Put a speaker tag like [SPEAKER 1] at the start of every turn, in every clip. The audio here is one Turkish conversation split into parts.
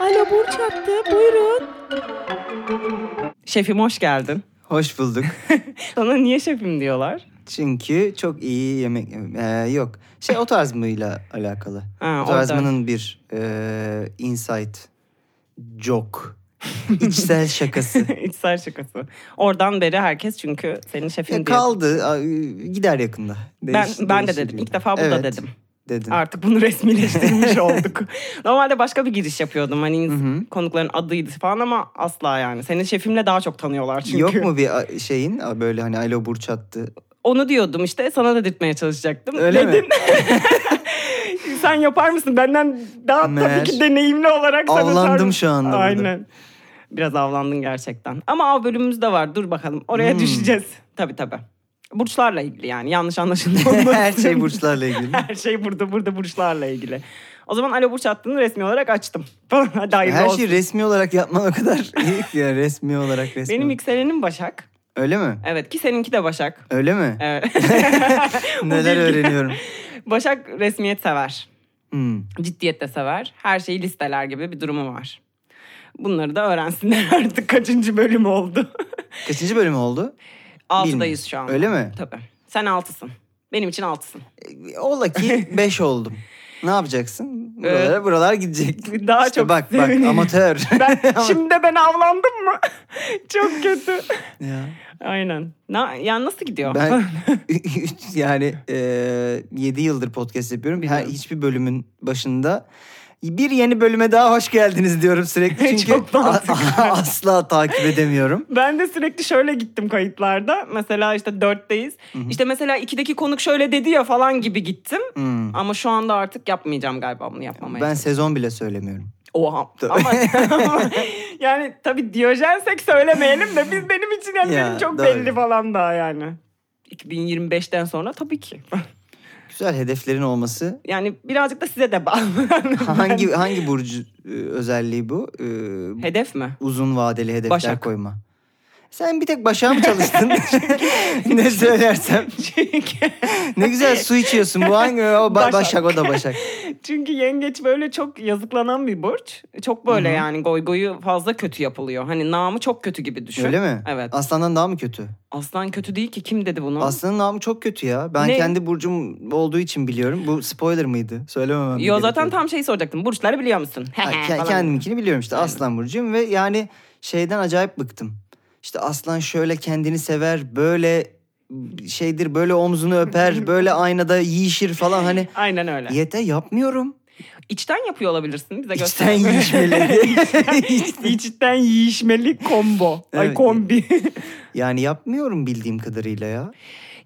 [SPEAKER 1] Alo Burç attı. Buyurun. Şefim hoş geldin.
[SPEAKER 2] Hoş bulduk.
[SPEAKER 1] Sana niye şefim diyorlar?
[SPEAKER 2] Çünkü çok iyi yemek Ee, yok. Şey o tarz mıyla alakalı.
[SPEAKER 1] Ha,
[SPEAKER 2] o
[SPEAKER 1] o tarz.
[SPEAKER 2] tarzmanın bir e, insight joke. içsel şakası.
[SPEAKER 1] İçsel şakası. Oradan beri herkes çünkü senin şefin
[SPEAKER 2] Ya
[SPEAKER 1] diye.
[SPEAKER 2] kaldı. a- Gider yakında.
[SPEAKER 1] Ben,
[SPEAKER 2] Değiş-
[SPEAKER 1] ben de
[SPEAKER 2] değişir
[SPEAKER 1] dedim.
[SPEAKER 2] gibi.
[SPEAKER 1] İlk defa bu da
[SPEAKER 2] Evet,
[SPEAKER 1] dedim.
[SPEAKER 2] Dedin.
[SPEAKER 1] Artık bunu resmileştirmiş olduk. Normalde başka bir giriş yapıyordum. Hani konukların adıydı falan ama asla yani. Senin şefimle daha çok tanıyorlar çünkü.
[SPEAKER 2] Yok mu bir a- şeyin a, böyle hani alo burç attı.
[SPEAKER 1] Onu diyordum işte sana da dedirtmeye çalışacaktım.
[SPEAKER 2] Öyle mi?
[SPEAKER 1] Dedin. Sen yapar mısın? Benden daha
[SPEAKER 2] Meğer-
[SPEAKER 1] tabii ki deneyimli olarak sana
[SPEAKER 2] Avlandım
[SPEAKER 1] çağırmış.
[SPEAKER 2] şu anda burada.
[SPEAKER 1] Aynen. Biraz avlandın gerçekten. Ama av bölümümüz de var. Dur bakalım. Oraya
[SPEAKER 2] Hmm.
[SPEAKER 1] düşeceğiz. Tabii tabii. Burçlarla ilgili yani. Yanlış anlaşılmasın.
[SPEAKER 2] Her şey burçlarla ilgili.
[SPEAKER 1] Her şey burada burada burçlarla ilgili. O zaman Alo Burç hattını resmi olarak açtım. Falan. Hadi hayırlı
[SPEAKER 2] Her şey
[SPEAKER 1] olsun.
[SPEAKER 2] şeyi resmi olarak yapman o kadar iyi ki ya resmi olarak resmi.
[SPEAKER 1] Benim yükselenim Başak.
[SPEAKER 2] Öyle mi?
[SPEAKER 1] Evet ki seninki de Başak. Ee,
[SPEAKER 2] Öyle mi?
[SPEAKER 1] Evet. Bu
[SPEAKER 2] Neler
[SPEAKER 1] bilgi-
[SPEAKER 2] öğreniyorum.
[SPEAKER 1] Başak resmiyet sever.
[SPEAKER 2] Hmm.
[SPEAKER 1] ciddiyet de sever. Her şeyi listeler gibi bir durumu var. Bunları da öğrensinler artık kaçıncı bölüm oldu.
[SPEAKER 2] Kaçıncı bölüm oldu?
[SPEAKER 1] Altıdayız şu an.
[SPEAKER 2] Öyle mi?
[SPEAKER 1] Tabii. Sen altısın. Benim için altısın.
[SPEAKER 2] Ola ki 5 oldum. Ne yapacaksın? Buralara,
[SPEAKER 1] Evet.
[SPEAKER 2] buralar gidecek.
[SPEAKER 1] Ee, Daha
[SPEAKER 2] İşte
[SPEAKER 1] çok
[SPEAKER 2] bak bak
[SPEAKER 1] sevinirim.
[SPEAKER 2] amatör.
[SPEAKER 1] Ben, şimdi de ben avlandım mı? Çok kötü.
[SPEAKER 2] ya,
[SPEAKER 1] Aynen. Na, ya nasıl gidiyor?
[SPEAKER 2] ben üç- yani 7 yıldır podcast yapıyorum. Her, hiçbir bölümün başında bir yeni bölüme daha hoş geldiniz diyorum sürekli. Çünkü
[SPEAKER 1] Çok mantıklı.
[SPEAKER 2] a- asla takip edemiyorum.
[SPEAKER 1] Ben de sürekli şöyle gittim kayıtlarda. Mesela işte dörtteyiz. İşte mesela ikideki konuk şöyle dedi ya falan gibi gittim.
[SPEAKER 2] Hmm.
[SPEAKER 1] Ama şu anda artık yapmayacağım galiba bunu yapmamaya.
[SPEAKER 2] Ben sezon bile söylemiyorum.
[SPEAKER 1] Oha. Ama, ama yani tabii Diyojensek söylemeyelim de biz benim için yani
[SPEAKER 2] Ya,
[SPEAKER 1] benim çok
[SPEAKER 2] doğru.
[SPEAKER 1] belli falan daha yani. 2025'ten sonra tabii ki.
[SPEAKER 2] Güzel hedeflerin olması.
[SPEAKER 1] Yani birazcık da size de bağlı.
[SPEAKER 2] Hangi hangi burcu e, özelliği bu? E, bu
[SPEAKER 1] Hedef mi?
[SPEAKER 2] uzun vadeli hedefler
[SPEAKER 1] Başak.
[SPEAKER 2] koyma. Sen bir tek başa mı çalıştın? ne söylersem.
[SPEAKER 1] Çünkü,
[SPEAKER 2] Ne güzel su içiyorsun. Bu hangi? O ba-
[SPEAKER 1] Başak.
[SPEAKER 2] başak. o da başak.
[SPEAKER 1] çünkü yengeç böyle çok yazıklanan bir burç. Çok böyle yani goygoyu fazla kötü yapılıyor. Hani namı çok kötü gibi düşün.
[SPEAKER 2] Öyle mi?
[SPEAKER 1] Evet.
[SPEAKER 2] Aslandan daha mı kötü?
[SPEAKER 1] Aslan kötü değil ki. Kim dedi bunu?
[SPEAKER 2] Aslanın namı çok kötü ya. Ben
[SPEAKER 1] Ne?
[SPEAKER 2] kendi burcum olduğu için biliyorum. Bu spoiler mıydı? Söylememem
[SPEAKER 1] Yo
[SPEAKER 2] gerekiyordu.
[SPEAKER 1] zaten tam şeyi soracaktım. Burçları biliyor musun?
[SPEAKER 2] Ha, ke-
[SPEAKER 1] Falan.
[SPEAKER 2] kendiminkini biliyorum işte aslan burcuyum ve yani şeyden acayip bıktım. İşte aslan şöyle kendini sever, böyle şeydir, böyle omzunu öper, böyle aynada yiyişir falan hani.
[SPEAKER 1] Aynen öyle.
[SPEAKER 2] Yeter yapmıyorum.
[SPEAKER 1] İçten yapıyor olabilirsin. Bize
[SPEAKER 2] İçten
[SPEAKER 1] göster.
[SPEAKER 2] yiyişmeli.
[SPEAKER 1] İçten yiyişmeli combo. Ay
[SPEAKER 2] Evet.
[SPEAKER 1] kombi.
[SPEAKER 2] yani yapmıyorum bildiğim kadarıyla ya.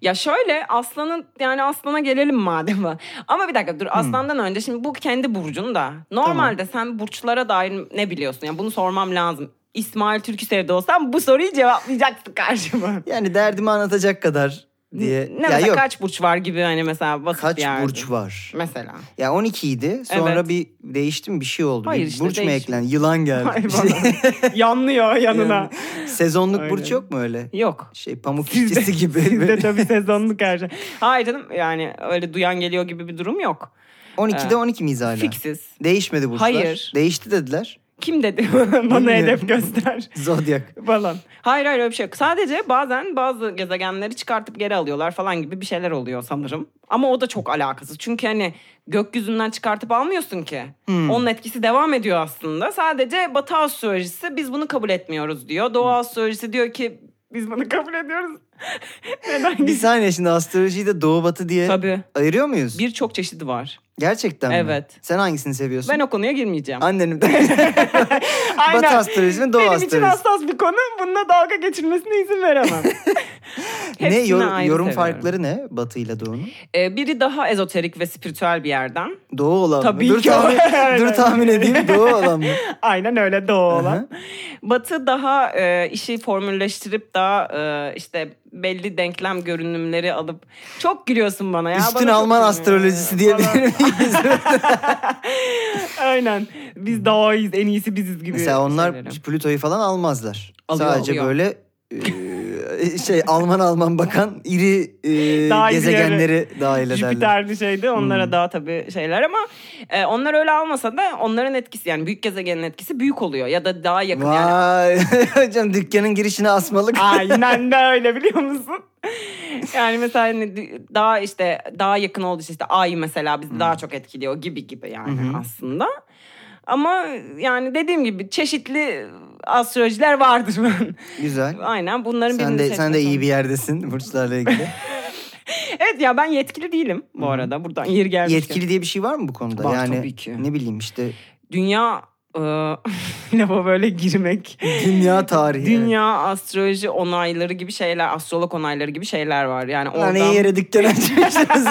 [SPEAKER 1] ya şöyle aslanın yani aslana gelelim madem. Ama bir dakika dur
[SPEAKER 2] Hmm.
[SPEAKER 1] aslandan önce şimdi bu kendi burcun da. Normalde sen burçlara dair ne biliyorsun? Yani bunu sormam lazım. İsmail Türküsev'de olsam bu soruyu cevaplayacaktı karşıma.
[SPEAKER 2] Yani derdimi anlatacak kadar diye.
[SPEAKER 1] Ne
[SPEAKER 2] ya
[SPEAKER 1] mesela
[SPEAKER 2] yok.
[SPEAKER 1] kaç burç var gibi hani mesela basit
[SPEAKER 2] Kaç
[SPEAKER 1] bir yerde.
[SPEAKER 2] burç var?
[SPEAKER 1] Mesela.
[SPEAKER 2] Ya 12 idi. Sonra
[SPEAKER 1] Evet.
[SPEAKER 2] bir değişti mi bir şey oldu.
[SPEAKER 1] Hayır
[SPEAKER 2] bir
[SPEAKER 1] işte
[SPEAKER 2] burç mu
[SPEAKER 1] değişti.
[SPEAKER 2] eklendi? Yılan geldi.
[SPEAKER 1] Yanlıyor yanına.
[SPEAKER 2] Sezonluk
[SPEAKER 1] Aynen.
[SPEAKER 2] burç yok mu öyle?
[SPEAKER 1] Yok.
[SPEAKER 2] Şey pamuk
[SPEAKER 1] Sizde-
[SPEAKER 2] işçisi gibi.
[SPEAKER 1] Sizde tabii sezonluk her şey. Hayır canım yani öyle duyan geliyor gibi bir durum yok.
[SPEAKER 2] 12'de 12 miyiz hala?
[SPEAKER 1] Fiksiz.
[SPEAKER 2] Değişmedi burçlar.
[SPEAKER 1] Hayır.
[SPEAKER 2] Değişti dediler.
[SPEAKER 1] Kim dedi bana
[SPEAKER 2] Bilmiyorum.
[SPEAKER 1] hedef göster
[SPEAKER 2] Zodyak.
[SPEAKER 1] falan. Hayır hayır öyle bir şey yok. Sadece bazen bazı gezegenleri çıkartıp geri alıyorlar falan gibi bir şeyler oluyor sanırım. Ama o da çok alakasız. Çünkü hani gökyüzünden çıkartıp almıyorsun ki. Onun etkisi devam ediyor aslında. Sadece Batı astrolojisi biz bunu kabul etmiyoruz diyor. Doğu astrolojisi diyor ki biz bunu kabul ediyoruz. Neden
[SPEAKER 2] Bir
[SPEAKER 1] biz?
[SPEAKER 2] saniye şimdi astrolojiyi de doğu batı diye
[SPEAKER 1] Tabii.
[SPEAKER 2] ayırıyor muyuz?
[SPEAKER 1] Birçok çeşidi var.
[SPEAKER 2] Gerçekten mi?
[SPEAKER 1] Evet.
[SPEAKER 2] Sen hangisini seviyorsun?
[SPEAKER 1] Ben o konuya girmeyeceğim.
[SPEAKER 2] Annenim Batı astrolojisi mi, Doğu
[SPEAKER 1] Benim için
[SPEAKER 2] astrolojisi?
[SPEAKER 1] hassas bir konu. Bununla dalga geçilmesine izin veremem.
[SPEAKER 2] ne
[SPEAKER 1] Hepsini
[SPEAKER 2] yor-
[SPEAKER 1] ayrı
[SPEAKER 2] yorum
[SPEAKER 1] seviyorum.
[SPEAKER 2] farkları ne Batı ile Doğu'nun?
[SPEAKER 1] Ee, biri daha ezoterik ve spiritüel bir yerden.
[SPEAKER 2] Doğu olan
[SPEAKER 1] Tabii
[SPEAKER 2] mı? Dur
[SPEAKER 1] ki.
[SPEAKER 2] tahmin,
[SPEAKER 1] Aynen.
[SPEAKER 2] dur tahmin edeyim Doğu olan mı?
[SPEAKER 1] Aynen öyle doğu
[SPEAKER 2] olan.
[SPEAKER 1] Batı daha e, işi formülleştirip daha e, işte belli denklem görünümleri alıp çok gülüyorsun bana ya.
[SPEAKER 2] Üstün
[SPEAKER 1] bana çok
[SPEAKER 2] Alman
[SPEAKER 1] gülüyorum.
[SPEAKER 2] astrolojisi
[SPEAKER 1] Bana-
[SPEAKER 2] diyebilir miyiz?
[SPEAKER 1] Aynen. Biz daha iyiyiz. En iyisi biziz gibi.
[SPEAKER 2] Mesela onlar
[SPEAKER 1] şeyleri.
[SPEAKER 2] Plüto'yu falan almazlar.
[SPEAKER 1] Alıyor,
[SPEAKER 2] Sadece
[SPEAKER 1] alıyor.
[SPEAKER 2] böyle e, e, şey Alman Alman bakan iri e,
[SPEAKER 1] Dahil
[SPEAKER 2] gezegenleri dahil ederler.
[SPEAKER 1] Jüpiter'li şeydi. Onlara
[SPEAKER 2] Hmm.
[SPEAKER 1] daha tabii şeyler ama e, onlar öyle almasa da onların etkisi yani büyük gezegenin etkisi büyük oluyor ya da daha yakın yani.
[SPEAKER 2] Vay hocam dükkanın girişine asmalık.
[SPEAKER 1] Aynen de öyle biliyor musun? Yani mesela hani d- daha işte daha yakın olduğu için işte ay mesela
[SPEAKER 2] Hmm.
[SPEAKER 1] bizi daha çok etkiliyor gibi gibi yani aslında. Ama yani dediğim gibi çeşitli astrolojiler vardır.
[SPEAKER 2] Güzel.
[SPEAKER 1] Aynen bunların
[SPEAKER 2] Sen
[SPEAKER 1] birini
[SPEAKER 2] de sen de
[SPEAKER 1] seçmek
[SPEAKER 2] iyi bir yerdesin burçlarla ilgili.
[SPEAKER 1] Evet ya ben yetkili değilim bu arada. Buradan yer gelmişken.
[SPEAKER 2] Yetkili diye bir şey var mı bu konuda?
[SPEAKER 1] Var
[SPEAKER 2] yani
[SPEAKER 1] tabii ki.
[SPEAKER 2] ne bileyim işte
[SPEAKER 1] Dünya e, lafa böyle girmek.
[SPEAKER 2] dünya tarihi.
[SPEAKER 1] Dünya astroloji onayları gibi şeyler, astrolog onayları gibi şeyler var. Yani
[SPEAKER 2] Lan
[SPEAKER 1] oradan
[SPEAKER 2] iyi yere dükkan açmışsınız.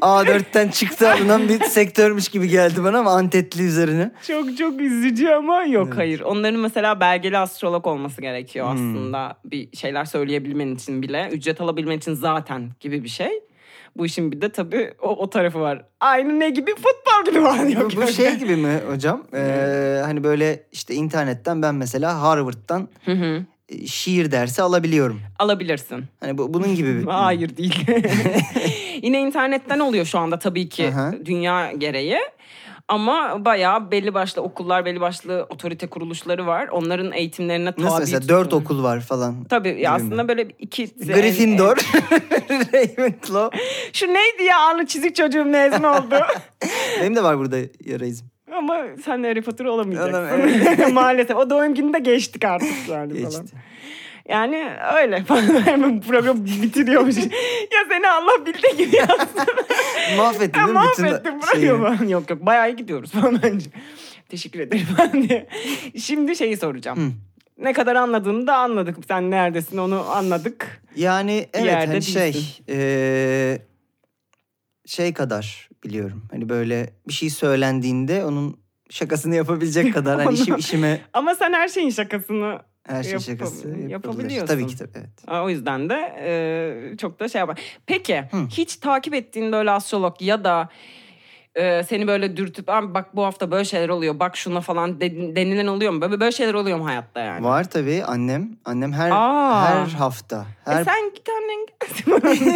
[SPEAKER 2] A4'ten çıktı alınan bir sektörmüş gibi geldi bana ama antetli üzerine.
[SPEAKER 1] çok çok üzücü ama yok
[SPEAKER 2] Evet. Hmm.
[SPEAKER 1] hayır. Onların mesela belgeli astrolog olması gerekiyor aslında. Bir şeyler söyleyebilmen için bile, ücret alabilmen için zaten gibi bir şey. Bu işin bir de tabii o, o tarafı var. Aynı ne gibi futbol gibi var. Yok,
[SPEAKER 2] Bu, bu
[SPEAKER 1] yok.
[SPEAKER 2] şey gibi mi hocam? Ee, hani böyle işte internetten ben mesela Harvard'dan
[SPEAKER 1] Hı hı.
[SPEAKER 2] e, şiir dersi alabiliyorum.
[SPEAKER 1] Alabilirsin.
[SPEAKER 2] Hani bu, bunun gibi bir...
[SPEAKER 1] Hayır değil. Yine internetten oluyor şu anda tabii ki
[SPEAKER 2] Aha.
[SPEAKER 1] dünya gereği. Ama bayağı belli başlı okullar, belli başlı otorite kuruluşları var. Onların eğitimlerine tabi
[SPEAKER 2] Nasıl mesela
[SPEAKER 1] tutuluyor.
[SPEAKER 2] dört okul var falan.
[SPEAKER 1] Tabii
[SPEAKER 2] gibi
[SPEAKER 1] ya aslında böyle bir iki...
[SPEAKER 2] Gryffindor, Ravenclaw.
[SPEAKER 1] Şu neydi ya alnı çizik çocuğum mezun oldu.
[SPEAKER 2] Benim de var burada yara izim.
[SPEAKER 1] Ama sen Harry Potter olamayacaksın.
[SPEAKER 2] Olamıyorum.
[SPEAKER 1] Maalesef. O doğum günü de geçtik artık yani falan.
[SPEAKER 2] Geçti.
[SPEAKER 1] Yani öyle falan. Hemen program bitiriyormuş. ya seni Allah bildiği gibi yazsın.
[SPEAKER 2] Mahvettin
[SPEAKER 1] Ya
[SPEAKER 2] değil mi? bütün
[SPEAKER 1] mahvettim
[SPEAKER 2] şeyi?
[SPEAKER 1] bırakıyor bana. Yok yok bayağı iyi gidiyoruz falan bence. Teşekkür ederim falan diye. Şimdi şeyi soracağım. Ne kadar anladığını da anladık. Sen neredesin onu anladık.
[SPEAKER 2] Yani evet
[SPEAKER 1] yerde
[SPEAKER 2] hani şey
[SPEAKER 1] değilsin.
[SPEAKER 2] eee, şey kadar biliyorum. Hani böyle bir şey söylendiğinde onun şakasını yapabilecek kadar hani işim,
[SPEAKER 1] Onu-
[SPEAKER 2] işime
[SPEAKER 1] Ama sen her şeyin şakasını
[SPEAKER 2] her şey
[SPEAKER 1] Yapab-
[SPEAKER 2] şakası yapabilir.
[SPEAKER 1] yapabiliyorsun.
[SPEAKER 2] Tabii ki tabii evet.
[SPEAKER 1] Aa, o yüzden de e, çok da şey yapar. Peki
[SPEAKER 2] Hı.
[SPEAKER 1] hiç takip ettiğin böyle astrolog ya da e, seni böyle dürtüp "Abi bak bu hafta böyle şeyler oluyor bak şuna falan de- denilen oluyor mu? Böyle, böyle şeyler oluyor mu hayatta yani?
[SPEAKER 2] Var tabii annem. Annem her
[SPEAKER 1] Aa.
[SPEAKER 2] her hafta. Her
[SPEAKER 1] E sen git annen gelsin.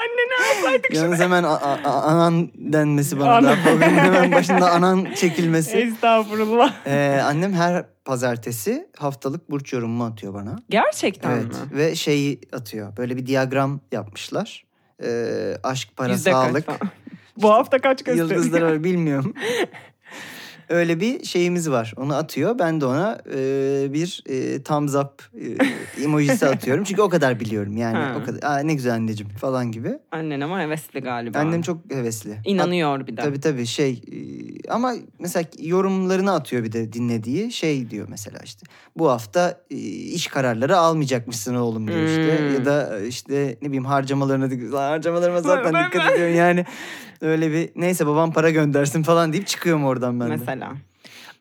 [SPEAKER 1] Anneni alsaydık şunu.
[SPEAKER 2] Yalnız hemen a- a- a- anan denmesi bana
[SPEAKER 1] Anan.
[SPEAKER 2] daha programın hemen başında anan çekilmesi.
[SPEAKER 1] Estağfurullah.
[SPEAKER 2] Eee, annem her pazartesi haftalık burç yorumumu atıyor bana.
[SPEAKER 1] Gerçekten
[SPEAKER 2] Evet
[SPEAKER 1] mi?
[SPEAKER 2] ve şeyi atıyor. Böyle bir diyagram yapmışlar. Ee, aşk, para,
[SPEAKER 1] Yüzde kaç
[SPEAKER 2] sağlık,
[SPEAKER 1] falan. Bu hafta kaç gösteri?
[SPEAKER 2] yıldızlar var bilmiyorum. Öyle bir şeyimiz var. Onu atıyor. Ben de ona e, bir e, thumbs up e, emojisi atıyorum. Çünkü o kadar biliyorum yani.
[SPEAKER 1] Ha.
[SPEAKER 2] O kadar. Aa, ne güzel anneciğim falan gibi.
[SPEAKER 1] Annen ama hevesli galiba.
[SPEAKER 2] Annem çok hevesli.
[SPEAKER 1] inanıyor bir
[SPEAKER 2] At-
[SPEAKER 1] de.
[SPEAKER 2] Tabii tabii şey e, ama mesela yorumlarını atıyor bir de dinlediği şey diyor mesela işte bu hafta e, iş kararları almayacakmışsın oğlum diyor işte
[SPEAKER 1] Hmm.
[SPEAKER 2] ya da e, işte ne bileyim harcamalarına dik- Lan harcamalarıma zaten
[SPEAKER 1] ben-
[SPEAKER 2] dikkat
[SPEAKER 1] ben-
[SPEAKER 2] ediyorum yani öyle bir neyse babam para göndersin falan deyip çıkıyorum oradan ben de.
[SPEAKER 1] mesela.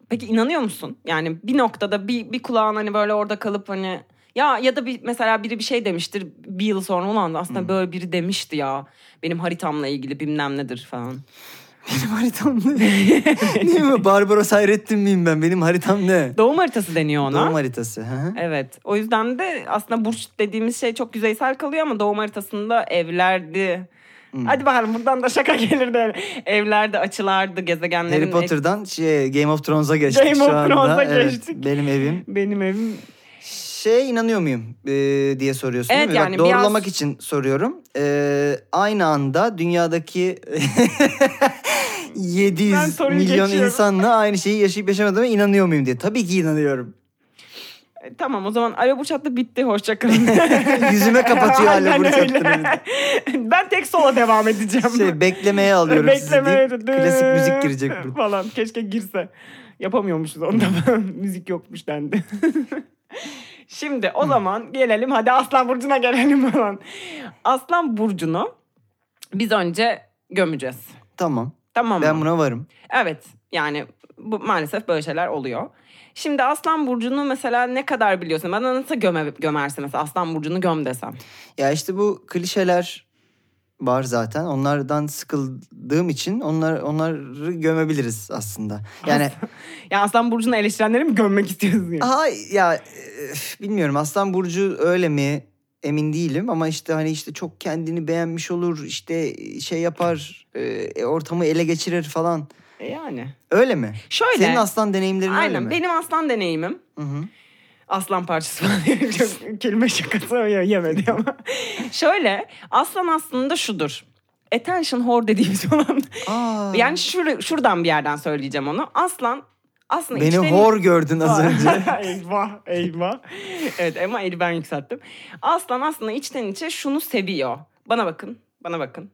[SPEAKER 1] Peki inanıyor musun? Yani bir noktada bir bir kulağın hani böyle orada kalıp hani ya ya da bir mesela biri bir şey demiştir bir yıl sonra ulan aslında
[SPEAKER 2] Hmm.
[SPEAKER 1] böyle biri demişti ya benim haritamla ilgili bilmem nedir falan.
[SPEAKER 2] Benim haritam ne? Niye mi? Barbaros Hayrettin miyim ben? Benim haritam ne?
[SPEAKER 1] Doğum haritası deniyor ona. Ee,
[SPEAKER 2] Doğum haritası. hı hı.
[SPEAKER 1] Evet. O yüzden de aslında burç dediğimiz şey çok yüzeysel kalıyor ama doğum haritasında evlerdi.
[SPEAKER 2] Hmm.
[SPEAKER 1] Hadi bakalım buradan da şaka gelirdi. Evlerde açılardı gezegenlerin.
[SPEAKER 2] Harry Potter'dan şey, Game of Thrones'a geçtik
[SPEAKER 1] Game
[SPEAKER 2] şu
[SPEAKER 1] of
[SPEAKER 2] anda.
[SPEAKER 1] Thrones'a
[SPEAKER 2] Evet,
[SPEAKER 1] geçtik.
[SPEAKER 2] benim evim
[SPEAKER 1] Benim evim.
[SPEAKER 2] Şey inanıyor muyum e, diye soruyorsun
[SPEAKER 1] Evet,
[SPEAKER 2] değil mi?
[SPEAKER 1] yani
[SPEAKER 2] Bak,
[SPEAKER 1] biraz-
[SPEAKER 2] doğrulamak için soruyorum. E, aynı anda dünyadaki 700
[SPEAKER 1] soruyu
[SPEAKER 2] milyon
[SPEAKER 1] geçiyorum.
[SPEAKER 2] insanla aynı şeyi yaşayıp yaşamadığıma inanıyor muyum diye. Tabii ki inanıyorum.
[SPEAKER 1] E, Tamam o zaman Alo Burç hattı bitti. Hoşçakalın.
[SPEAKER 2] Yüzüme kapatıyor hala
[SPEAKER 1] Aynen
[SPEAKER 2] bunu
[SPEAKER 1] öyle.
[SPEAKER 2] çaktığını.
[SPEAKER 1] ben tek sola devam edeceğim.
[SPEAKER 2] Şey beklemeye alıyorum
[SPEAKER 1] Beklemeye
[SPEAKER 2] sizi
[SPEAKER 1] de-
[SPEAKER 2] deyip klasik müzik girecek burada.
[SPEAKER 1] Falan keşke girse. Yapamıyormuşuz onda. müzik yokmuş dendi. Şimdi o zaman gelelim hadi Aslan Burcu'na gelelim falan. Aslan Burcu'nu biz önce gömeceğiz.
[SPEAKER 2] Tamam
[SPEAKER 1] Tamam mı?
[SPEAKER 2] ben buna varım.
[SPEAKER 1] Evet yani bu, maalesef böyle şeyler oluyor. Şimdi Aslan Burcu'nu mesela ne kadar biliyorsun? Bana nasıl göme, gömersin mesela Aslan Burcu'nu göm desem.
[SPEAKER 2] Ya işte bu klişeler var zaten. Onlardan sıkıldığım için onlar onları gömebiliriz aslında. Yani
[SPEAKER 1] Ya Aslan Burcu'nu eleştirenleri mi gömmek istiyorsun? yani?
[SPEAKER 2] Aha ya e, üf, bilmiyorum Aslan Burcu öyle mi emin değilim ama işte hani işte çok kendini beğenmiş olur işte şey yapar e, ortamı ele geçirir falan.
[SPEAKER 1] E Yani.
[SPEAKER 2] Öyle mi?
[SPEAKER 1] Şöyle.
[SPEAKER 2] Senin aslan deneyimlerin öyle
[SPEAKER 1] Aynen
[SPEAKER 2] mi?
[SPEAKER 1] benim aslan deneyimim.
[SPEAKER 2] Hı-hı.
[SPEAKER 1] Aslan parçası falan diye çok kelime şakası ye- yemedi ama. Şöyle aslan aslında şudur. Attention whore dediğimiz olan.
[SPEAKER 2] Aa,
[SPEAKER 1] Yani şura- şuradan bir yerden söyleyeceğim onu. Aslan aslında
[SPEAKER 2] beni
[SPEAKER 1] içten-
[SPEAKER 2] hor gördün az önce.
[SPEAKER 1] eyvah eyvah. Evet ama eli ben yükselttim. Aslan aslında içten içe şunu seviyor. Bana bakın, bana bakın.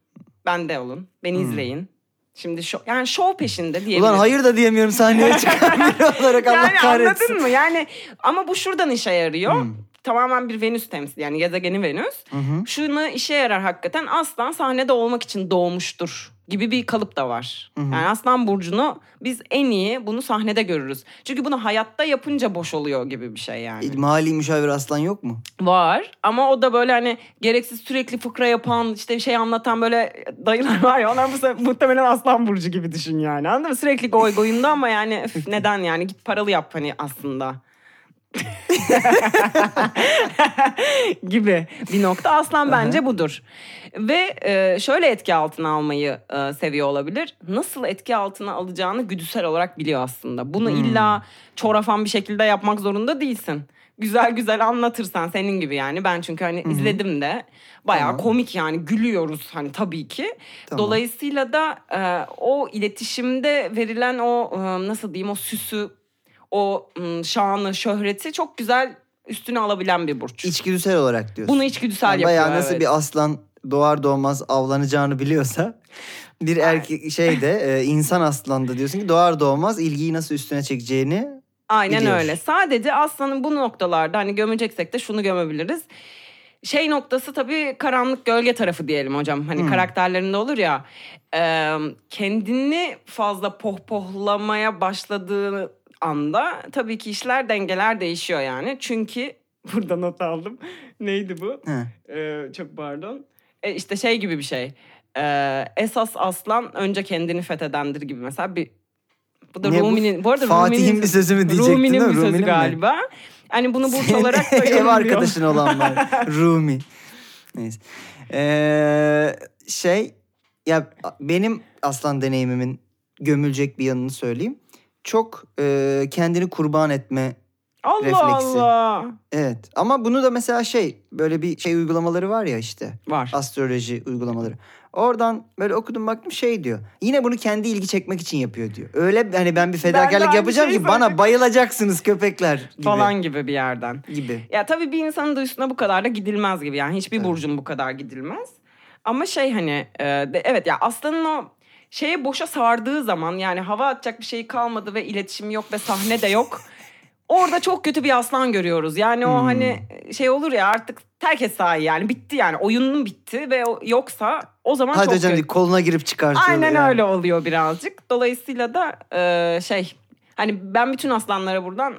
[SPEAKER 1] Bende olun, beni izleyin. Şimdi şov, yani şov peşinde diyebilirim.
[SPEAKER 2] Ulan hayır da diyemiyorum sahneye çıkan biri olarak Allah
[SPEAKER 1] yani
[SPEAKER 2] kahretsin. Hmm.
[SPEAKER 1] anladın mı? Yani ama bu şuradan işe yarıyor. Tamamen bir Venüs temsili yani gezegeni Venüs.
[SPEAKER 2] Hı-hı.
[SPEAKER 1] Şunu işe yarar hakikaten aslan sahnede olmak için doğmuştur gibi bir kalıp da var.
[SPEAKER 2] Hı hı.
[SPEAKER 1] Yani aslan burcunu biz en iyi bunu sahnede görürüz. Çünkü bunu hayatta yapınca boş oluyor gibi bir şey yani.
[SPEAKER 2] E, Mali müşavir aslan yok mu?
[SPEAKER 1] Var ama o da böyle hani gereksiz sürekli fıkra yapan işte şey anlatan böyle dayılar var ya onlar bu- muhtemelen aslan burcu gibi düşün yani anladın mı? Sürekli goy goyunda ama yani öf, neden yani git paralı yap hani aslında. gibi bir nokta. Aslan bence budur. Ve e, şöyle etki altına almayı e, seviyor olabilir. Nasıl etki altına alacağını güdüsel olarak biliyor aslında. Bunu illa çorafan bir şekilde yapmak zorunda değilsin. Güzel güzel anlatırsan senin gibi yani. Ben çünkü hani izledim de bayağı
[SPEAKER 2] Tamam.
[SPEAKER 1] komik yani gülüyoruz hani tabii ki.
[SPEAKER 2] Tamam.
[SPEAKER 1] Dolayısıyla da e, o iletişimde verilen o e, nasıl diyeyim o süsü, o m, şanı, şöhreti çok güzel üstüne alabilen bir burç.
[SPEAKER 2] İçgüdüsel olarak diyorsun.
[SPEAKER 1] Bunu içgüdüsel
[SPEAKER 2] Yani
[SPEAKER 1] yapıyor.
[SPEAKER 2] bayağı nasıl
[SPEAKER 1] evet.
[SPEAKER 2] bir aslan doğar doğmaz avlanacağını biliyorsa bir erkek şey de e, insan aslan da diyorsun ki doğar doğmaz ilgiyi nasıl üstüne çekeceğini
[SPEAKER 1] Aynen
[SPEAKER 2] gidiyor.
[SPEAKER 1] öyle. Sadece aslanın bu noktalarda hani gömeceksek de şunu gömebiliriz. Şey noktası tabii karanlık gölge tarafı diyelim hocam. Hani
[SPEAKER 2] Hmm.
[SPEAKER 1] karakterlerinde olur ya. e, kendini fazla pohpohlamaya başladığı anda tabii ki işler dengeler değişiyor yani. Çünkü burada not aldım. Neydi bu?
[SPEAKER 2] He.
[SPEAKER 1] Ee, çok pardon. E, işte şey gibi bir şey. Ee, esas aslan önce kendini fethedendir gibi mesela bir bu da
[SPEAKER 2] Ne bu?
[SPEAKER 1] Rumi'nin bu arada
[SPEAKER 2] Fatih'in
[SPEAKER 1] Rumi'nin
[SPEAKER 2] bir sözü mü diyecektin
[SPEAKER 1] Rumi'nin
[SPEAKER 2] değil mi?
[SPEAKER 1] bir sözü
[SPEAKER 2] Rumi'nin mi?
[SPEAKER 1] galiba. Hani bunu burç olarak da
[SPEAKER 2] ev
[SPEAKER 1] yorumluyor.
[SPEAKER 2] arkadaşın olan var. Rumi. Neyse. Ee, şey ya benim aslan deneyimimin gömülecek bir yanını söyleyeyim. Çok e, kendini kurban etme
[SPEAKER 1] Allah
[SPEAKER 2] refleksi.
[SPEAKER 1] Allah.
[SPEAKER 2] Evet ama bunu da mesela şey böyle bir şey uygulamaları var ya işte
[SPEAKER 1] Var.
[SPEAKER 2] astroloji uygulamaları. Oradan böyle okudum baktım şey diyor. Yine bunu kendi ilgi çekmek için yapıyor diyor. Öyle hani ben bir fedakarlık
[SPEAKER 1] aynı
[SPEAKER 2] yapacağım
[SPEAKER 1] şeyi
[SPEAKER 2] ki bana
[SPEAKER 1] söyleyecektim.
[SPEAKER 2] bayılacaksınız köpekler gibi.
[SPEAKER 1] Falan gibi bir yerden.
[SPEAKER 2] gibi.
[SPEAKER 1] Ya tabii bir insanın da üstüne bu kadar da gidilmez gibi. Yani hiçbir burcun bu kadar gidilmez. Ama şey hani e, de- evet ya aslanın o şeye boşa sardığı zaman yani hava atacak bir şey kalmadı ve iletişim yok ve sahne de yok. Orada çok kötü bir aslan görüyoruz. Yani
[SPEAKER 2] Hmm.
[SPEAKER 1] o hani şey olur ya artık terk et sahayı yani bitti yani oyunun bitti ve o- yoksa o zaman
[SPEAKER 2] Hadi
[SPEAKER 1] çok
[SPEAKER 2] hocam
[SPEAKER 1] kötü.
[SPEAKER 2] diye koluna girip çıkartıyor.
[SPEAKER 1] Aynen
[SPEAKER 2] yani.
[SPEAKER 1] öyle oluyor birazcık. Dolayısıyla da e, şey hani ben bütün aslanlara buradan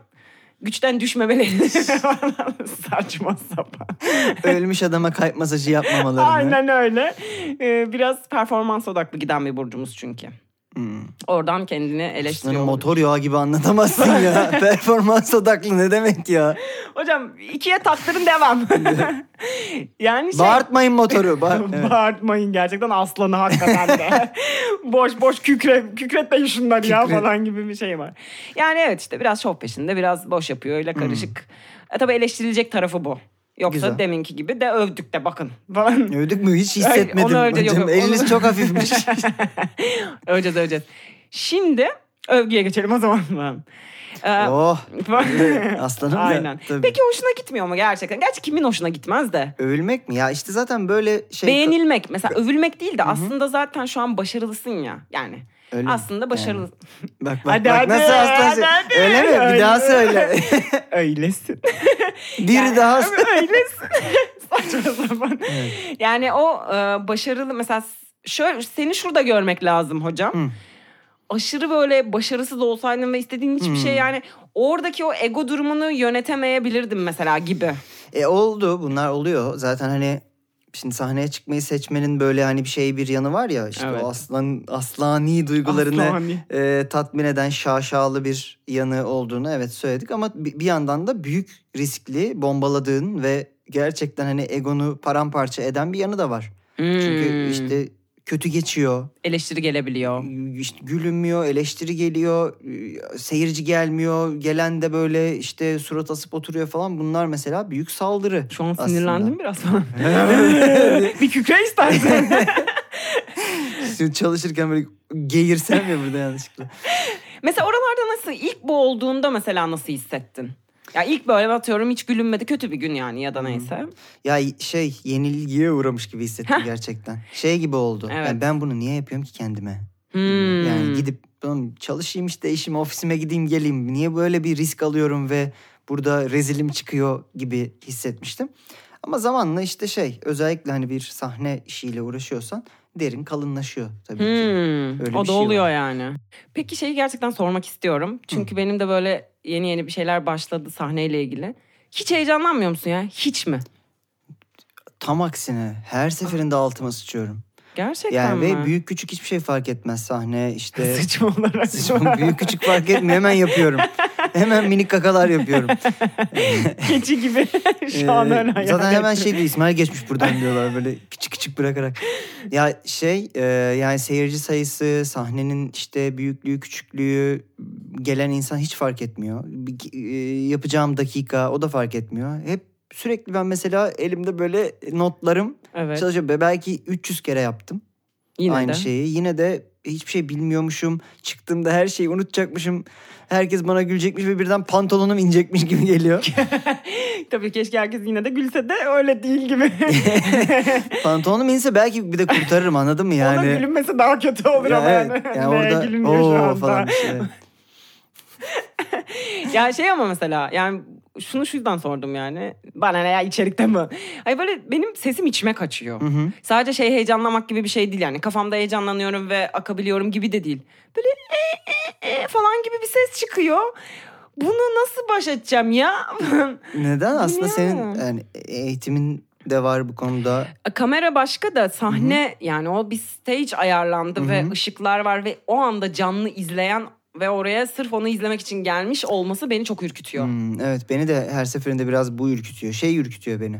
[SPEAKER 1] güçten düşmemelerini saçma sapan.
[SPEAKER 2] Ölmüş adama kalp masajı yapmamalarını.
[SPEAKER 1] Aynen öyle. E, biraz performans odaklı giden bir burcumuz çünkü.
[SPEAKER 2] Hmm.
[SPEAKER 1] Oradan kendini
[SPEAKER 2] Aslanı
[SPEAKER 1] eleştiriyor.
[SPEAKER 2] motor yağı gibi anlatamazsın ya. Performans odaklı ne demek ya?
[SPEAKER 1] Şey- Hocam ikiye taktırın devam. yani şey...
[SPEAKER 2] Bağırtmayın motoru. Bağır- Evet.
[SPEAKER 1] Bağırtmayın gerçekten aslanı hakikaten de. boş boş kükre, kükretmeyin şunları ya
[SPEAKER 2] Kükret.
[SPEAKER 1] falan gibi bir şey var. Yani evet işte biraz şov peşinde biraz boş yapıyor öyle karışık. E, tabii eleştirilecek tarafı bu. Yoksa
[SPEAKER 2] Hmm. Güzel.
[SPEAKER 1] deminki gibi de övdük de bakın falan.
[SPEAKER 2] Övdük mü? Hiç hissetmedim.
[SPEAKER 1] Onu öyle- yok,
[SPEAKER 2] hocam.
[SPEAKER 1] yok,
[SPEAKER 2] Eliniz
[SPEAKER 1] onu-
[SPEAKER 2] çok hafifmiş.
[SPEAKER 1] öveceğiz öveceğiz. Şimdi övgüye geçelim o zaman. Ee,
[SPEAKER 2] oh.
[SPEAKER 1] falan.
[SPEAKER 2] Aslanım da.
[SPEAKER 1] Aynen.
[SPEAKER 2] Tabii.
[SPEAKER 1] Peki hoşuna gitmiyor mu gerçekten? Gerçi kimin hoşuna gitmez de.
[SPEAKER 2] Övülmek mi? Ya işte zaten böyle şey...
[SPEAKER 1] Beğenilmek mesela övülmek değil de aslında zaten şu an başarılısın ya. Yani
[SPEAKER 2] Öyle mi?
[SPEAKER 1] aslında başarılı.
[SPEAKER 2] Bak bak
[SPEAKER 1] Hadi,
[SPEAKER 2] bak
[SPEAKER 1] hadi,
[SPEAKER 2] nasıl aslan
[SPEAKER 1] hadi, hadi.
[SPEAKER 2] Öyle mi? Bir
[SPEAKER 1] Öyle.
[SPEAKER 2] daha söyle.
[SPEAKER 1] Öylesin.
[SPEAKER 2] Biri daha
[SPEAKER 1] Öylesin. Saçma sapan. Yani o e, başarılı mesela şöyle seni şurada görmek lazım hocam.
[SPEAKER 2] Hı.
[SPEAKER 1] Aşırı böyle başarısız olsaydın ve istediğin hiçbir şey yani oradaki o ego durumunu yönetemeyebilirdim mesela gibi.
[SPEAKER 2] E oldu bunlar oluyor. Zaten hani Şimdi sahneye çıkmayı seçmenin böyle hani bir şey bir yanı var ya işte
[SPEAKER 1] Evet.
[SPEAKER 2] o aslan aslani duygularını
[SPEAKER 1] Aslani.
[SPEAKER 2] e, tatmin eden şaşalı bir yanı olduğunu evet söyledik ama bi- bir yandan da büyük riskli bombaladığın ve gerçekten hani egonu paramparça eden bir yanı da var. Çünkü
[SPEAKER 1] Hmm.
[SPEAKER 2] işte kötü geçiyor,
[SPEAKER 1] eleştiri gelebiliyor.
[SPEAKER 2] işte gülünmüyor, eleştiri geliyor, e, seyirci gelmiyor, gelen de böyle işte surat asıp oturuyor falan bunlar mesela büyük saldırı.
[SPEAKER 1] Şu an
[SPEAKER 2] aslında.
[SPEAKER 1] sinirlendim biraz falan. bir kükre istersen.
[SPEAKER 2] Şimdi çalışırken böyle geğirsem ya burada yanlışlıkla.
[SPEAKER 1] mesela oralarda nasıl ilk bu olduğunda mesela nasıl hissettin? Ya ilk böyle atıyorum hiç gülünmedi kötü bir gün yani
[SPEAKER 2] Hmm.
[SPEAKER 1] ya da neyse.
[SPEAKER 2] Ya şey yenilgiye uğramış gibi hissettim gerçekten. Şey gibi oldu.
[SPEAKER 1] Evet.
[SPEAKER 2] Yani ben bunu niye yapıyorum ki kendime?
[SPEAKER 1] Hmm.
[SPEAKER 2] Yani gidip "Oğlum çalışayım işte işime ofisime gideyim geleyim. Niye böyle bir risk alıyorum ve burada rezilim çıkıyor gibi hissetmiştim. Ama zamanla işte şey özellikle hani bir sahne işiyle uğraşıyorsan derin kalınlaşıyor tabii ki.
[SPEAKER 1] Hmm,
[SPEAKER 2] Öyle bir
[SPEAKER 1] o da
[SPEAKER 2] şey
[SPEAKER 1] oluyor
[SPEAKER 2] var.
[SPEAKER 1] yani. Peki şeyi gerçekten sormak istiyorum. Çünkü benim de böyle yeni yeni bir şeyler başladı sahneyle ilgili. Hiç heyecanlanmıyor musun ya? Hiç mi?
[SPEAKER 2] Tam aksine her seferinde altıma sıçıyorum.
[SPEAKER 1] Gerçekten
[SPEAKER 2] Yani
[SPEAKER 1] mi?
[SPEAKER 2] ve büyük küçük hiçbir şey fark etmez sahne işte.
[SPEAKER 1] Sıçma olarak.
[SPEAKER 2] Sıçmam büyük küçük fark etmiyor hemen yapıyorum. Hemen minik kakalar yapıyorum.
[SPEAKER 1] Keçi gibi.
[SPEAKER 2] Ee,
[SPEAKER 1] Şu an öyle hayal
[SPEAKER 2] zaten hemen
[SPEAKER 1] ettim.
[SPEAKER 2] şey diyor İsmail geçmiş buradan diyorlar böyle küçük küçük bırakarak. Ya şey e, yani seyirci sayısı, sahnenin işte büyüklüğü, küçüklüğü gelen insan hiç fark etmiyor. Bir- e, yapacağım dakika o da fark etmiyor. Hep sürekli ben mesela elimde böyle notlarım
[SPEAKER 1] Evet.
[SPEAKER 2] çalışıyorum. Ve Belki 300 kere yaptım
[SPEAKER 1] yine
[SPEAKER 2] aynı şey.
[SPEAKER 1] de.
[SPEAKER 2] şeyi. Yine de hiçbir şey bilmiyormuşum. Çıktığımda her şeyi unutacakmışım. Herkes bana gülecekmiş ve birden pantolonum inecekmiş gibi geliyor.
[SPEAKER 1] Tabii keşke herkes yine de gülse de öyle değil gibi.
[SPEAKER 2] pantolonum inse belki bir de kurtarırım anladın mı yani?
[SPEAKER 1] Ona gülünmesi daha kötü olur
[SPEAKER 2] Ya
[SPEAKER 1] ama
[SPEAKER 2] evet,
[SPEAKER 1] yani.
[SPEAKER 2] yani
[SPEAKER 1] Neye
[SPEAKER 2] orada
[SPEAKER 1] gülünüyor şu
[SPEAKER 2] "Oo"
[SPEAKER 1] anda?
[SPEAKER 2] falan bir şey.
[SPEAKER 1] Ya şey ama mesela yani şunu şu yüzden sordum yani. Bana ne ya içerikte mi? Ay böyle benim sesim içime kaçıyor.
[SPEAKER 2] hı.
[SPEAKER 1] Sadece şey heyecanlamak gibi bir şey değil yani. Kafamda heyecanlanıyorum ve akabiliyorum gibi de değil. Böyle e, e, e falan gibi bir ses çıkıyor. Bunu nasıl baş edeceğim ya?
[SPEAKER 2] Neden? Aslında senin
[SPEAKER 1] Bilmiyorum.
[SPEAKER 2] yani eğitimin de var bu konuda.
[SPEAKER 1] Kamera başka da sahne yani o bir stage ayarlandı ve ışıklar var ve o anda canlı izleyen ve oraya sırf onu izlemek için gelmiş olması beni çok ürkütüyor.
[SPEAKER 2] Hmm, evet beni de her seferinde biraz bu ürkütüyor. Şey ürkütüyor beni.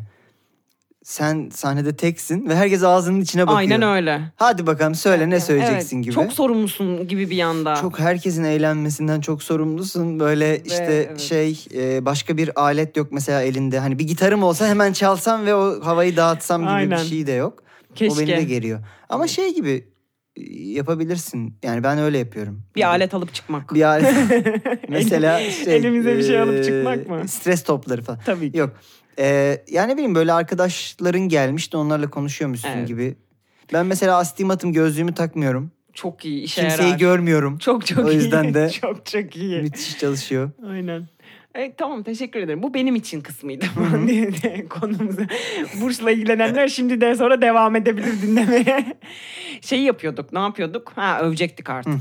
[SPEAKER 2] Sen sahnede teksin ve herkes ağzının içine bakıyor.
[SPEAKER 1] Aynen öyle.
[SPEAKER 2] Hadi bakalım söyle ne
[SPEAKER 1] Evet,
[SPEAKER 2] söyleyeceksin gibi.
[SPEAKER 1] Çok sorumlusun gibi bir yanda.
[SPEAKER 2] Çok herkesin eğlenmesinden çok sorumlusun. Böyle işte
[SPEAKER 1] evet.
[SPEAKER 2] şey e, başka bir alet yok mesela elinde. Hani bir gitarım olsa hemen çalsam ve o havayı dağıtsam gibi
[SPEAKER 1] Aynen.
[SPEAKER 2] bir şey de yok. O
[SPEAKER 1] Keşke
[SPEAKER 2] beni de geriyor. Ama şey gibi e, yapabilirsin. Yani ben öyle yapıyorum. Hani
[SPEAKER 1] bir alet alıp çıkmak.
[SPEAKER 2] Bir alet. mesela şey,
[SPEAKER 1] Elimize bir şey alıp
[SPEAKER 2] e,
[SPEAKER 1] çıkmak mı?
[SPEAKER 2] Stres topları falan.
[SPEAKER 1] Tabii ki.
[SPEAKER 2] Yok. E, yani benim böyle arkadaşların gelmiş de onlarla konuşuyormuşsun
[SPEAKER 1] Evet.
[SPEAKER 2] gibi. Ben mesela astigmatım gözlüğümü takmıyorum.
[SPEAKER 1] Çok iyi işe
[SPEAKER 2] Kimseyi
[SPEAKER 1] yarar.
[SPEAKER 2] görmüyorum.
[SPEAKER 1] Şey çok çok
[SPEAKER 2] O
[SPEAKER 1] iyi.
[SPEAKER 2] yüzden de-
[SPEAKER 1] çok çok iyi.
[SPEAKER 2] Müthiş çalışıyor.
[SPEAKER 1] Aynen. E, tamam teşekkür ederim. Bu benim için kısmıydı falan diye de konumuza. Burçla ilgilenenler şimdi de sonra devam edebilir dinlemeye. Şey yapıyorduk ne yapıyorduk? Ha övecektik artık.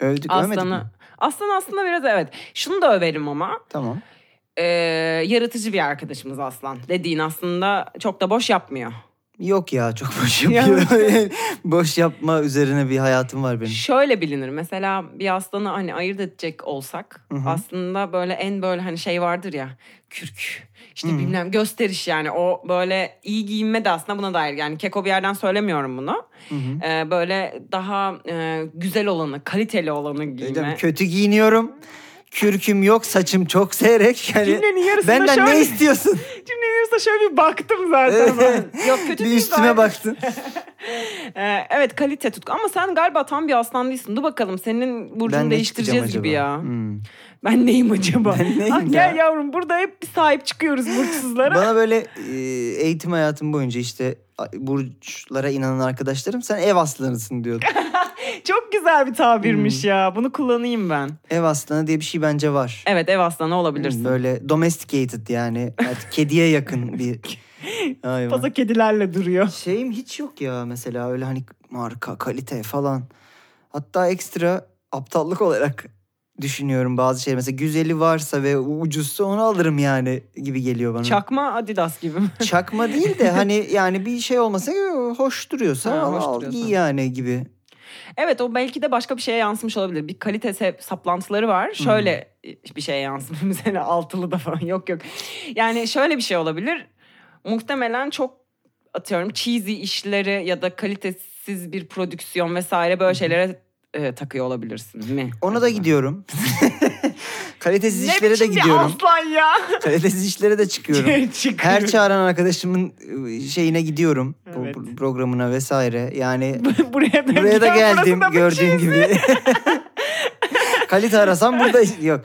[SPEAKER 2] Öldük ölmedik mi?
[SPEAKER 1] Aslanı. Aslan aslında biraz evet. Şunu da överim ama.
[SPEAKER 2] Tamam.
[SPEAKER 1] e, yaratıcı bir arkadaşımız Aslan. Dediğin aslında çok da boş yapmıyor.
[SPEAKER 2] Yok ya çok boş yapıyor. boş yapma üzerine bir hayatım var benim.
[SPEAKER 1] Şöyle bilinir mesela bir aslanı hani ayırt edecek olsak aslında böyle en böyle hani şey vardır ya kürk işte bilmem gösteriş yani o böyle iyi giyinme de aslında buna dair yani keko bir yerden söylemiyorum bunu. Ee, böyle daha e, güzel olanı kaliteli olanı
[SPEAKER 2] Hocam
[SPEAKER 1] giyme.
[SPEAKER 2] kötü giyiniyorum. Kürküm yok, saçım çok seyrek. Yani
[SPEAKER 1] Cümlenin yarısında
[SPEAKER 2] benden
[SPEAKER 1] şöyle-
[SPEAKER 2] ne istiyorsun?
[SPEAKER 1] Cümlenin yarısına şöyle bir baktım zaten. ben. Yok kötü
[SPEAKER 2] bir
[SPEAKER 1] değil
[SPEAKER 2] üstüme
[SPEAKER 1] zaten.
[SPEAKER 2] baktın.
[SPEAKER 1] Ee, evet kalite tutku ama sen galiba tam bir aslan değilsin. Dur bakalım senin burcunu
[SPEAKER 2] Ben ne
[SPEAKER 1] değiştireceğiz
[SPEAKER 2] çıkacağım
[SPEAKER 1] gibi ya.
[SPEAKER 2] acaba? Hmm.
[SPEAKER 1] Ben neyim acaba?
[SPEAKER 2] Ben neyim
[SPEAKER 1] ah, gel
[SPEAKER 2] ya?
[SPEAKER 1] yavrum burada hep bir sahip çıkıyoruz burçsuzlara.
[SPEAKER 2] Bana böyle e, eğitim hayatım boyunca işte a- burçlara inanan arkadaşlarım sen ev aslanısın diyordu.
[SPEAKER 1] Çok güzel bir tabirmiş
[SPEAKER 2] Hmm.
[SPEAKER 1] ya. Bunu kullanayım ben.
[SPEAKER 2] ev aslanı diye bir şey bence var.
[SPEAKER 1] Evet ev aslanı olabilirsin.
[SPEAKER 2] Böyle domesticated yani artık kediye yakın bir hayvan.
[SPEAKER 1] Paza kedilerle duruyor.
[SPEAKER 2] Şeyim hiç yok ya mesela öyle hani marka, kalite falan. Hatta ekstra aptallık olarak düşünüyorum bazı şeyler. Mesela güzeli varsa ve ucuzsa onu alırım yani gibi geliyor bana.
[SPEAKER 1] Çakma Adidas gibi.
[SPEAKER 2] Çakma değil de hani yani bir şey olmasa hoş duruyorsa
[SPEAKER 1] Ha,
[SPEAKER 2] al,
[SPEAKER 1] hoş
[SPEAKER 2] al,
[SPEAKER 1] duruyorsa.
[SPEAKER 2] giy yani gibi.
[SPEAKER 1] Evet o belki de başka bir şeye yansımış olabilir. Bir kalite se- saplantıları
[SPEAKER 2] Hmm.
[SPEAKER 1] var. Şöyle bir şeye yansımış. Mesela altılı da falan yok yok. Yani şöyle bir şey olabilir. Muhtemelen çok atıyorum cheesy işleri ya da kalitesiz bir prodüksiyon vesaire böyle şeylere e, takıyor olabilirsin mi?
[SPEAKER 2] Ona da
[SPEAKER 1] Acaba?
[SPEAKER 2] gidiyorum. Kalitesiz
[SPEAKER 1] Ne
[SPEAKER 2] işlere de
[SPEAKER 1] biçim bir
[SPEAKER 2] gidiyorum.
[SPEAKER 1] aslan ya. Şey
[SPEAKER 2] Kalitesiz işlere de çıkıyorum.
[SPEAKER 1] Çıkıyor.
[SPEAKER 2] Her çağıran arkadaşımın e, şeyine gidiyorum. Bu-
[SPEAKER 1] Evet.
[SPEAKER 2] bu programına vesaire. Yani
[SPEAKER 1] Buraya da,
[SPEAKER 2] buraya da
[SPEAKER 1] gidiyorum, burası
[SPEAKER 2] geldim
[SPEAKER 1] da bir şey
[SPEAKER 2] gördüğün
[SPEAKER 1] cheesy.
[SPEAKER 2] gibi. Kalite arasam burada yok.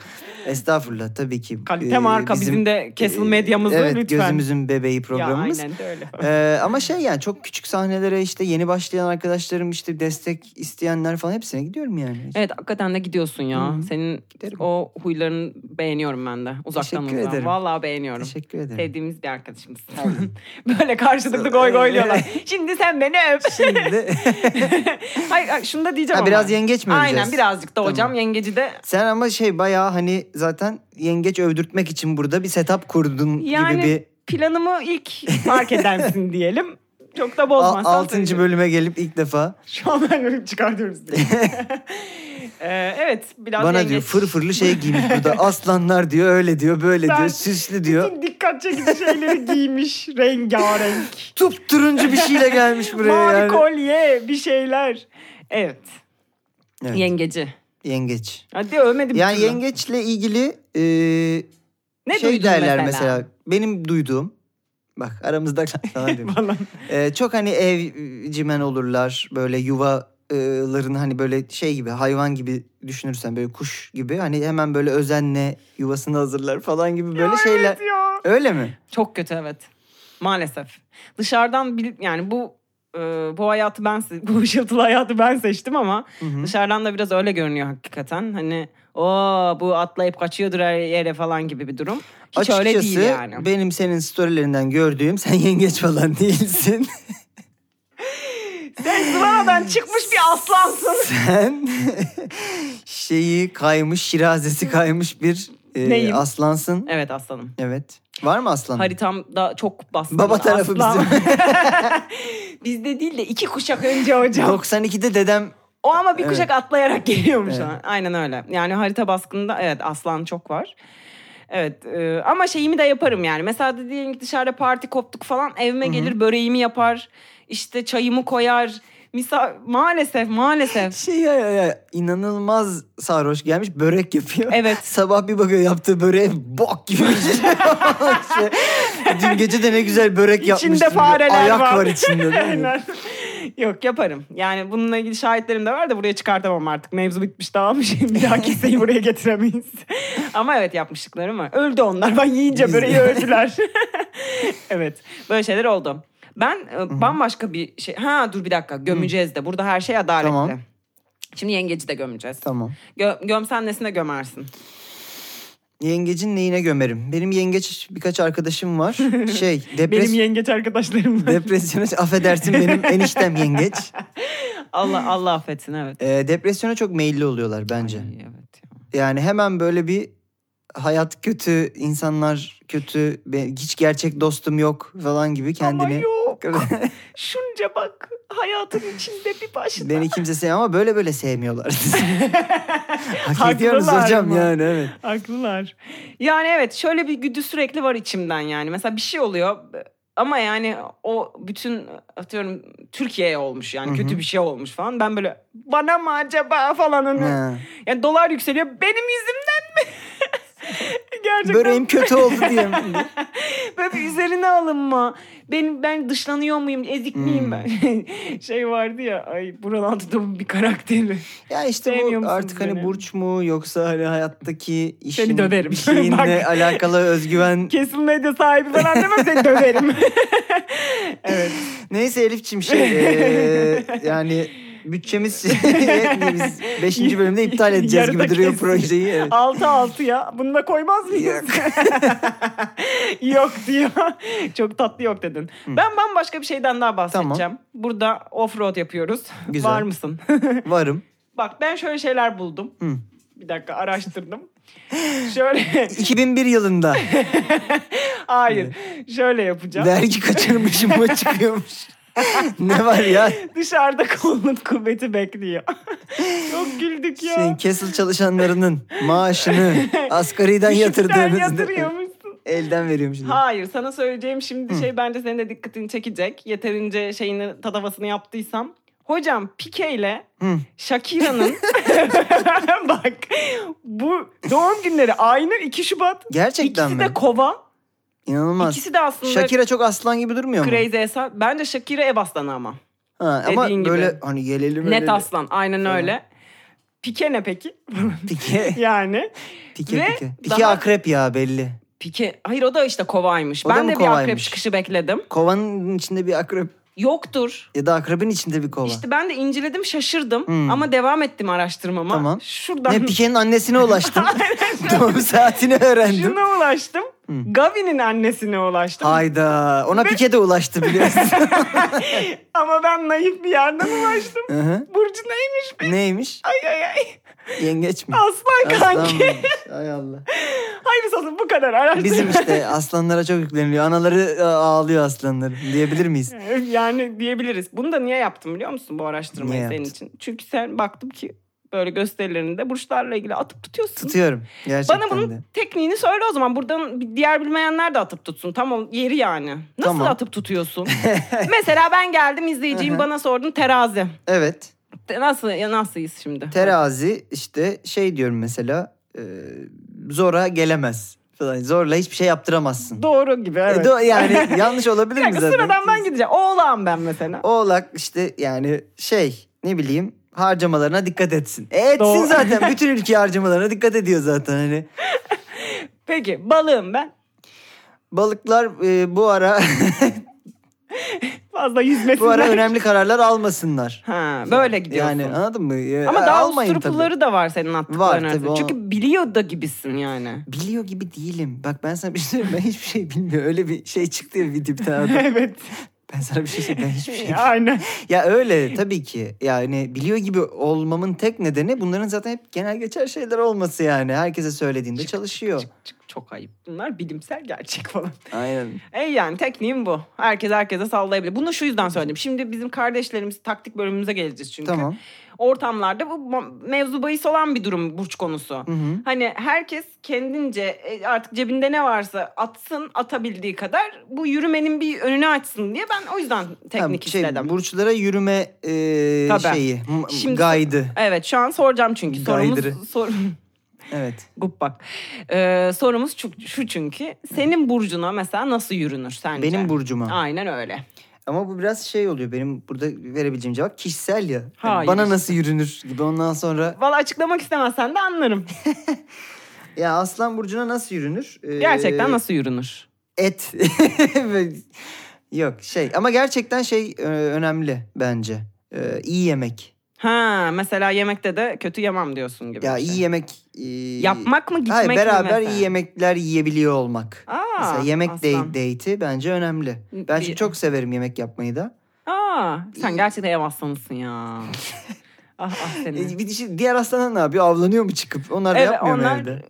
[SPEAKER 2] Estağfurullah tabii ki.
[SPEAKER 1] Kalite
[SPEAKER 2] e,
[SPEAKER 1] marka bizim, de Castle medyamızı
[SPEAKER 2] evet,
[SPEAKER 1] lütfen.
[SPEAKER 2] gözümüzün bebeği programımız.
[SPEAKER 1] Ya aynen de öyle.
[SPEAKER 2] Ee, ama şey yani çok küçük sahnelere işte yeni başlayan arkadaşlarım işte destek isteyenler falan hepsine gidiyorum yani.
[SPEAKER 1] Evet hakikaten de gidiyorsun ya.
[SPEAKER 2] Hı hı.
[SPEAKER 1] Senin
[SPEAKER 2] Giderim.
[SPEAKER 1] o huylarını beğeniyorum ben de. Uzaktan
[SPEAKER 2] Teşekkür
[SPEAKER 1] uzağa.
[SPEAKER 2] ederim.
[SPEAKER 1] Vallahi beğeniyorum.
[SPEAKER 2] Teşekkür ederim.
[SPEAKER 1] Sevdiğimiz bir arkadaşımız. Böyle karşılıklı goy goyluyorlar. Şimdi sen beni öp.
[SPEAKER 2] Şimdi
[SPEAKER 1] hayır, hayır, şunu da diyeceğim
[SPEAKER 2] Şey- Ha, biraz
[SPEAKER 1] ama.
[SPEAKER 2] yengeç mi
[SPEAKER 1] Aynen
[SPEAKER 2] öveceğiz?
[SPEAKER 1] birazcık da
[SPEAKER 2] Tamam.
[SPEAKER 1] hocam. Yengeci de
[SPEAKER 2] sen ama şey bayağı hani zaten yengeç övdürtmek için burada bir setup kurdun
[SPEAKER 1] yani
[SPEAKER 2] gibi bir
[SPEAKER 1] planımı ilk fark edersin diyelim. Çok da
[SPEAKER 2] Al-
[SPEAKER 1] bozmazsan.
[SPEAKER 2] altıncı
[SPEAKER 1] sevinirim.
[SPEAKER 2] bölüme gelip ilk defa
[SPEAKER 1] Şu an ben çıkartıyoruz diye. Ee, evet biraz
[SPEAKER 2] bana
[SPEAKER 1] yengeç.
[SPEAKER 2] diyor fırfırlı şey giymiş burada aslanlar diyor öyle diyor böyle
[SPEAKER 1] Ben-
[SPEAKER 2] diyor süslü diyor.
[SPEAKER 1] Bütün dikkat çekici şeyleri giymiş rengarenk.
[SPEAKER 2] Tup turuncu bir şeyle gelmiş buraya
[SPEAKER 1] Mavi
[SPEAKER 2] yani.
[SPEAKER 1] kolye bir şeyler. Evet.
[SPEAKER 2] Evet,
[SPEAKER 1] Yengeci.
[SPEAKER 2] yengeç.
[SPEAKER 1] Hadi övmedim.
[SPEAKER 2] Yani
[SPEAKER 1] bir türlü.
[SPEAKER 2] yengeçle ilgili e,
[SPEAKER 1] ne
[SPEAKER 2] şey
[SPEAKER 1] duydun
[SPEAKER 2] derler mesela. benim duyduğum bak aramızda kalan değil mi?
[SPEAKER 1] Falan.
[SPEAKER 2] E, çok hani evcimen olurlar böyle yuvaların hani böyle şey gibi hayvan gibi düşünürsen böyle kuş gibi hani hemen böyle özenle yuvasını hazırlar falan gibi böyle
[SPEAKER 1] Ya
[SPEAKER 2] şeyler.
[SPEAKER 1] evet ya.
[SPEAKER 2] Öyle mi?
[SPEAKER 1] Çok kötü evet. Maalesef. Dışarıdan bil- yani bu e, bu hayatı ben se- bu ışıltılı hayatı ben seçtim ama
[SPEAKER 2] Hı hı.
[SPEAKER 1] dışarıdan da biraz öyle görünüyor hakikaten. Hani o bu atlayıp kaçıyordur her yere falan gibi bir durum. Hiç öyle değil yani.
[SPEAKER 2] benim senin storylerinden gördüğüm sen yengeç falan değilsin.
[SPEAKER 1] Sen zıvanadan çıkmış bir aslansın.
[SPEAKER 2] sen şeyi kaymış, şirazesi kaymış bir e,
[SPEAKER 1] Neyim?
[SPEAKER 2] aslansın.
[SPEAKER 1] Evet aslanım.
[SPEAKER 2] Evet. Var mı aslan?
[SPEAKER 1] Haritamda çok baskın.
[SPEAKER 2] Baba tarafı
[SPEAKER 1] bizim. Bizde değil de iki kuşak önce hocam.
[SPEAKER 2] 92'de dedem
[SPEAKER 1] O ama bir
[SPEAKER 2] Evet.
[SPEAKER 1] kuşak atlayarak geliyormuş
[SPEAKER 2] Evet.
[SPEAKER 1] ona. Aynen öyle. Yani harita baskında evet aslan çok var. Evet e, ama şeyimi de yaparım yani. Mesela de diyelim ki dışarıda parti koptuk falan evime gelir böreğimi yapar. işte çayımı koyar. Misa maalesef maalesef.
[SPEAKER 2] şey ya, ya, ya, inanılmaz sarhoş gelmiş börek yapıyor.
[SPEAKER 1] Evet.
[SPEAKER 2] Sabah bir bakıyor yaptığı böreğe bok gibi bir şey. Şey, Dün gece de ne güzel börek yapmış.
[SPEAKER 1] İçinde fareler
[SPEAKER 2] Ayak var.
[SPEAKER 1] var.
[SPEAKER 2] içinde değil mi?
[SPEAKER 1] Aynen. Yok yaparım. Yani bununla ilgili şahitlerim de var da buraya çıkartamam artık. Mevzu bitmiş tamam şimdi bir daha kimseyi buraya getiremeyiz. Ama evet yapmışlıkları mı? Öldü onlar. Ben yiyince
[SPEAKER 2] Biz-
[SPEAKER 1] böreği öldüler. evet böyle şeyler oldu. Ben e, bambaşka bir şey... Ha dur bir dakika gömeceğiz de. Burada her şey adaletli.
[SPEAKER 2] Tamam.
[SPEAKER 1] Şimdi yengeci de gömeceğiz.
[SPEAKER 2] Tamam.
[SPEAKER 1] Gö- gömsen nesine gömersin?
[SPEAKER 2] Yengecin neyine gömerim? Benim yengeç birkaç arkadaşım var. Şey depres
[SPEAKER 1] Benim yengeç arkadaşlarım var.
[SPEAKER 2] depresyona affedersin benim eniştem yengeç.
[SPEAKER 1] Allah, Allah affetsin evet.
[SPEAKER 2] Ee, depresyona çok meyilli oluyorlar bence.
[SPEAKER 1] Ay, evet ya.
[SPEAKER 2] Yani hemen böyle bir hayat kötü, insanlar kötü, be- hiç gerçek dostum yok falan gibi kendini.
[SPEAKER 1] Ama yok. Şunca bak hayatın içinde bir başına.
[SPEAKER 2] Beni kimse sevmiyor ama böyle böyle sevmiyorlar. Hak
[SPEAKER 1] Haklılar
[SPEAKER 2] ediyoruz hocam
[SPEAKER 1] mı?
[SPEAKER 2] yani evet.
[SPEAKER 1] Haklılar. Yani evet şöyle bir güdü sürekli var içimden yani. Mesela bir şey oluyor ama yani o bütün atıyorum Türkiye'ye olmuş yani
[SPEAKER 2] Hı hı.
[SPEAKER 1] kötü bir şey olmuş falan. Ben böyle bana mı acaba falan hani.
[SPEAKER 2] Ha.
[SPEAKER 1] Yani dolar yükseliyor benim yüzümden mi? Gerçekten
[SPEAKER 2] Böreğim kötü oldu diye. mi?
[SPEAKER 1] Böyle bir üzerine alınma. Ben, ben dışlanıyor muyum? Ezik
[SPEAKER 2] Hmm.
[SPEAKER 1] miyim ben? şey vardı ya. Ay Buralantı'da bir karakteri.
[SPEAKER 2] ya işte
[SPEAKER 1] Sevmiyor
[SPEAKER 2] bu
[SPEAKER 1] musunuz
[SPEAKER 2] artık hani
[SPEAKER 1] beni?
[SPEAKER 2] burç mu yoksa hani hayattaki işin
[SPEAKER 1] döverim.
[SPEAKER 2] bir şeyinle
[SPEAKER 1] Bak.
[SPEAKER 2] alakalı özgüven.
[SPEAKER 1] Kesin medya sahibi falan demem seni döverim. evet.
[SPEAKER 2] Neyse Elifçim şey eee, yani bütçemiz yetmiyor. Biz beşinci bölümde iptal edeceğiz gibi
[SPEAKER 1] Yarıda
[SPEAKER 2] duruyor
[SPEAKER 1] kesin.
[SPEAKER 2] projeyi. Evet.
[SPEAKER 1] 6 6 ya. Bunu da koymaz mıyız? yok diyor. Çok tatlı yok dedin. Ben bambaşka bir şeyden daha bahsedeceğim. Burada off-road yapıyoruz.
[SPEAKER 2] Güzel.
[SPEAKER 1] Var mısın?
[SPEAKER 2] Varım.
[SPEAKER 1] Bak ben şöyle şeyler buldum.
[SPEAKER 2] Hı.
[SPEAKER 1] Bir dakika araştırdım. Şöyle
[SPEAKER 2] 2001 yılında
[SPEAKER 1] hayır. Şöyle yapacağım.
[SPEAKER 2] vergi kaçırmışım mı çıkıyormuş. ne var ya?
[SPEAKER 1] Dışarıda kolunun kuvveti bekliyor. Çok güldük ya.
[SPEAKER 2] Şey, Castle çalışanlarının maaşını asgariden
[SPEAKER 1] Düşükten
[SPEAKER 2] yatırdığınızda
[SPEAKER 1] yatırıyormuşsun.
[SPEAKER 2] elden veriyormuş.
[SPEAKER 1] Hayır sana söyleyeceğim şimdi şey bence senin de dikkatini çekecek. Yeterince şeyini tadavasını yaptıysam. Hocam Pike ile
[SPEAKER 2] Hı.
[SPEAKER 1] Shakira'nın bak bu doğum günleri aynı 2 Şubat.
[SPEAKER 2] Gerçekten
[SPEAKER 1] İkisi
[SPEAKER 2] mi?
[SPEAKER 1] de kova.
[SPEAKER 2] İnanılmaz.
[SPEAKER 1] İkisi de aslında
[SPEAKER 2] Shakira çok aslan gibi durmuyor mu?
[SPEAKER 1] crazy eser. Bence Shakira ev aslanı ama.
[SPEAKER 2] Ha, ama
[SPEAKER 1] Dediğin gibi.
[SPEAKER 2] böyle hani gelelim
[SPEAKER 1] Net aslan aynen öyle. Pike ne peki?
[SPEAKER 2] Pike,
[SPEAKER 1] yani.
[SPEAKER 2] pike,
[SPEAKER 1] Ve
[SPEAKER 2] pike. Pike
[SPEAKER 1] daha-
[SPEAKER 2] akrep ya belli.
[SPEAKER 1] Pike hayır o da işte kovaymış.
[SPEAKER 2] O da
[SPEAKER 1] ben
[SPEAKER 2] mı
[SPEAKER 1] de bir akrep
[SPEAKER 2] kovaymış?
[SPEAKER 1] çıkışı bekledim.
[SPEAKER 2] Kovanın içinde bir akrep
[SPEAKER 1] Yoktur.
[SPEAKER 2] ya da akrebin içinde bir kova.
[SPEAKER 1] İşte ben de inceledim şaşırdım
[SPEAKER 2] Hmm.
[SPEAKER 1] ama devam ettim araştırmama.
[SPEAKER 2] Tamam.
[SPEAKER 1] Şuradan
[SPEAKER 2] Ne pikenin annesine ulaştım. Doğum saatini öğrendim.
[SPEAKER 1] şuna ulaştım.
[SPEAKER 2] Hmm.
[SPEAKER 1] Gavi'nin annesine ulaştım.
[SPEAKER 2] Hayda. Ona pike de ulaştı biliyorsun.
[SPEAKER 1] Ama ben naif bir yerden ulaştım.
[SPEAKER 2] Hı hı.
[SPEAKER 1] Burcu neymiş?
[SPEAKER 2] Neymiş?
[SPEAKER 1] Ay ay ay.
[SPEAKER 2] Yengeç mi?
[SPEAKER 1] Aslan,
[SPEAKER 2] Aslan
[SPEAKER 1] kanki.
[SPEAKER 2] mı? Ay Allah.
[SPEAKER 1] Hayır sana bu kadar araştırdım.
[SPEAKER 2] Bizim işte aslanlara çok yükleniliyor. Anaları e, ağlıyor aslanları diyebilir miyiz?
[SPEAKER 1] Yani diyebiliriz. Bunu da niye yaptım biliyor musun bu araştırmayı
[SPEAKER 2] Niye
[SPEAKER 1] senin
[SPEAKER 2] yaptın?
[SPEAKER 1] için? Çünkü sen baktım ki böyle gösterilerinde burçlarla ilgili atıp tutuyorsun.
[SPEAKER 2] Tutuyorum. Gerçekten
[SPEAKER 1] Bana bunun
[SPEAKER 2] de.
[SPEAKER 1] tekniğini söyle o zaman. Buradan bir diğer bilmeyenler de atıp tutsun. Tamam yeri yani. Nasıl
[SPEAKER 2] Tamam.
[SPEAKER 1] atıp tutuyorsun? Mesela ben geldim izleyiciyim
[SPEAKER 2] Aha.
[SPEAKER 1] bana sordun terazi.
[SPEAKER 2] Evet.
[SPEAKER 1] Te- Nasıl ya nasılyız şimdi?
[SPEAKER 2] Terazi işte şey diyorum mesela e, zora gelemez falan. Zorla hiçbir şey yaptıramazsın.
[SPEAKER 1] Doğru gibi
[SPEAKER 2] E,
[SPEAKER 1] evet.
[SPEAKER 2] do- yani yanlış
[SPEAKER 1] bir
[SPEAKER 2] olabilir mi
[SPEAKER 1] dakika
[SPEAKER 2] zaten?
[SPEAKER 1] sıradan ben gideceğim. Oğlan ben mesela.
[SPEAKER 2] Oğlak işte yani şey ne bileyim harcamalarına dikkat etsin. E, etsin
[SPEAKER 1] Doğru.
[SPEAKER 2] zaten. Bütün ülke harcamalarına dikkat ediyor zaten hani.
[SPEAKER 1] Peki balığım ben.
[SPEAKER 2] Balıklar e, bu ara
[SPEAKER 1] Fazla yüzmesinler.
[SPEAKER 2] bu ara önemli kararlar almasınlar.
[SPEAKER 1] Ha, böyle gidiyorsun.
[SPEAKER 2] Yani anladın mı? E,
[SPEAKER 1] Ama daha
[SPEAKER 2] almayın tabii.
[SPEAKER 1] usturupluları da var senin
[SPEAKER 2] Var
[SPEAKER 1] attıkların
[SPEAKER 2] tabii,
[SPEAKER 1] arasında.
[SPEAKER 2] o-
[SPEAKER 1] Çünkü biliyor da gibisin yani.
[SPEAKER 2] Biliyor gibi değilim. Bak ben sana bir şey söyleyeyim. Ben hiçbir şey bilmiyorum. Öyle bir şey çıktı ya video bir tane adam.
[SPEAKER 1] evet.
[SPEAKER 2] Ben sana bir şey söyleyeyim. Ben hiçbir şey
[SPEAKER 1] Aynen.
[SPEAKER 2] Ya öyle tabii ki. Yani biliyor gibi olmamın tek nedeni bunların zaten hep genel geçer şeyler olması yani. Herkese söylediğinde çalışıyor.
[SPEAKER 1] Çık, çık, çok ayıp. Bunlar bilimsel gerçek falan.
[SPEAKER 2] Aynen.
[SPEAKER 1] E yani tekniğim bu. Herkes herkese sallayabilir. Bunu şu yüzden söyledim. Şimdi bizim kardeşlerimiz taktik bölümümüze geleceğiz çünkü.
[SPEAKER 2] Tamam.
[SPEAKER 1] Ortamlarda bu ma- mevzu bahis olan bir durum burç konusu.
[SPEAKER 2] Hı hı.
[SPEAKER 1] Hani herkes kendince e, artık cebinde ne varsa atsın atabildiği kadar bu yürümenin bir önünü açsın diye ben o yüzden teknik
[SPEAKER 2] Tamam, şey,
[SPEAKER 1] istedim.
[SPEAKER 2] Burçlara yürüme e,
[SPEAKER 1] Tabii.
[SPEAKER 2] şeyi, m-
[SPEAKER 1] Şimdi-
[SPEAKER 2] gaydı.
[SPEAKER 1] Evet şu an soracağım çünkü
[SPEAKER 2] Gaydırı.
[SPEAKER 1] sorumuz sor,
[SPEAKER 2] Evet.
[SPEAKER 1] Gup bak. Ee, sorumuz şu, şu çünkü senin burcuna mesela nasıl yürünür sence?
[SPEAKER 2] Benim burcuma.
[SPEAKER 1] Aynen öyle.
[SPEAKER 2] Ama bu biraz şey oluyor. Benim burada verebileceğim cevap kişisel ya. Yani
[SPEAKER 1] Hayır.
[SPEAKER 2] bana nasıl yürünür gibi ondan sonra.
[SPEAKER 1] Valla açıklamak istemezsen de anlarım.
[SPEAKER 2] Ya Aslan Burcu'na nasıl yürünür? Ee,
[SPEAKER 1] Gerçekten nasıl yürünür?
[SPEAKER 2] et. Yok şey ama gerçekten şey e, önemli bence. E, iyi yemek.
[SPEAKER 1] Ha mesela yemekte de kötü yemem diyorsun gibi.
[SPEAKER 2] Ya
[SPEAKER 1] bir şey.
[SPEAKER 2] iyi yemek. e,
[SPEAKER 1] Yapmak mı gitmek
[SPEAKER 2] Hayır
[SPEAKER 1] mi
[SPEAKER 2] beraber
[SPEAKER 1] mesela?
[SPEAKER 2] iyi yemekler yiyebiliyor olmak.
[SPEAKER 1] Aa,
[SPEAKER 2] Mesela yemek
[SPEAKER 1] aslan.
[SPEAKER 2] date- date'i bence önemli. Ben çünkü
[SPEAKER 1] Bir-
[SPEAKER 2] çok severim yemek yapmayı da.
[SPEAKER 1] Aa, sen gerçekten ev aslanısın ya. ah ah seni.
[SPEAKER 2] E, bir dişi- diğer aslanlar ne yapıyor? Avlanıyor mu çıkıp? Onlar da
[SPEAKER 1] evet
[SPEAKER 2] yapmıyor mu
[SPEAKER 1] onlar
[SPEAKER 2] evde?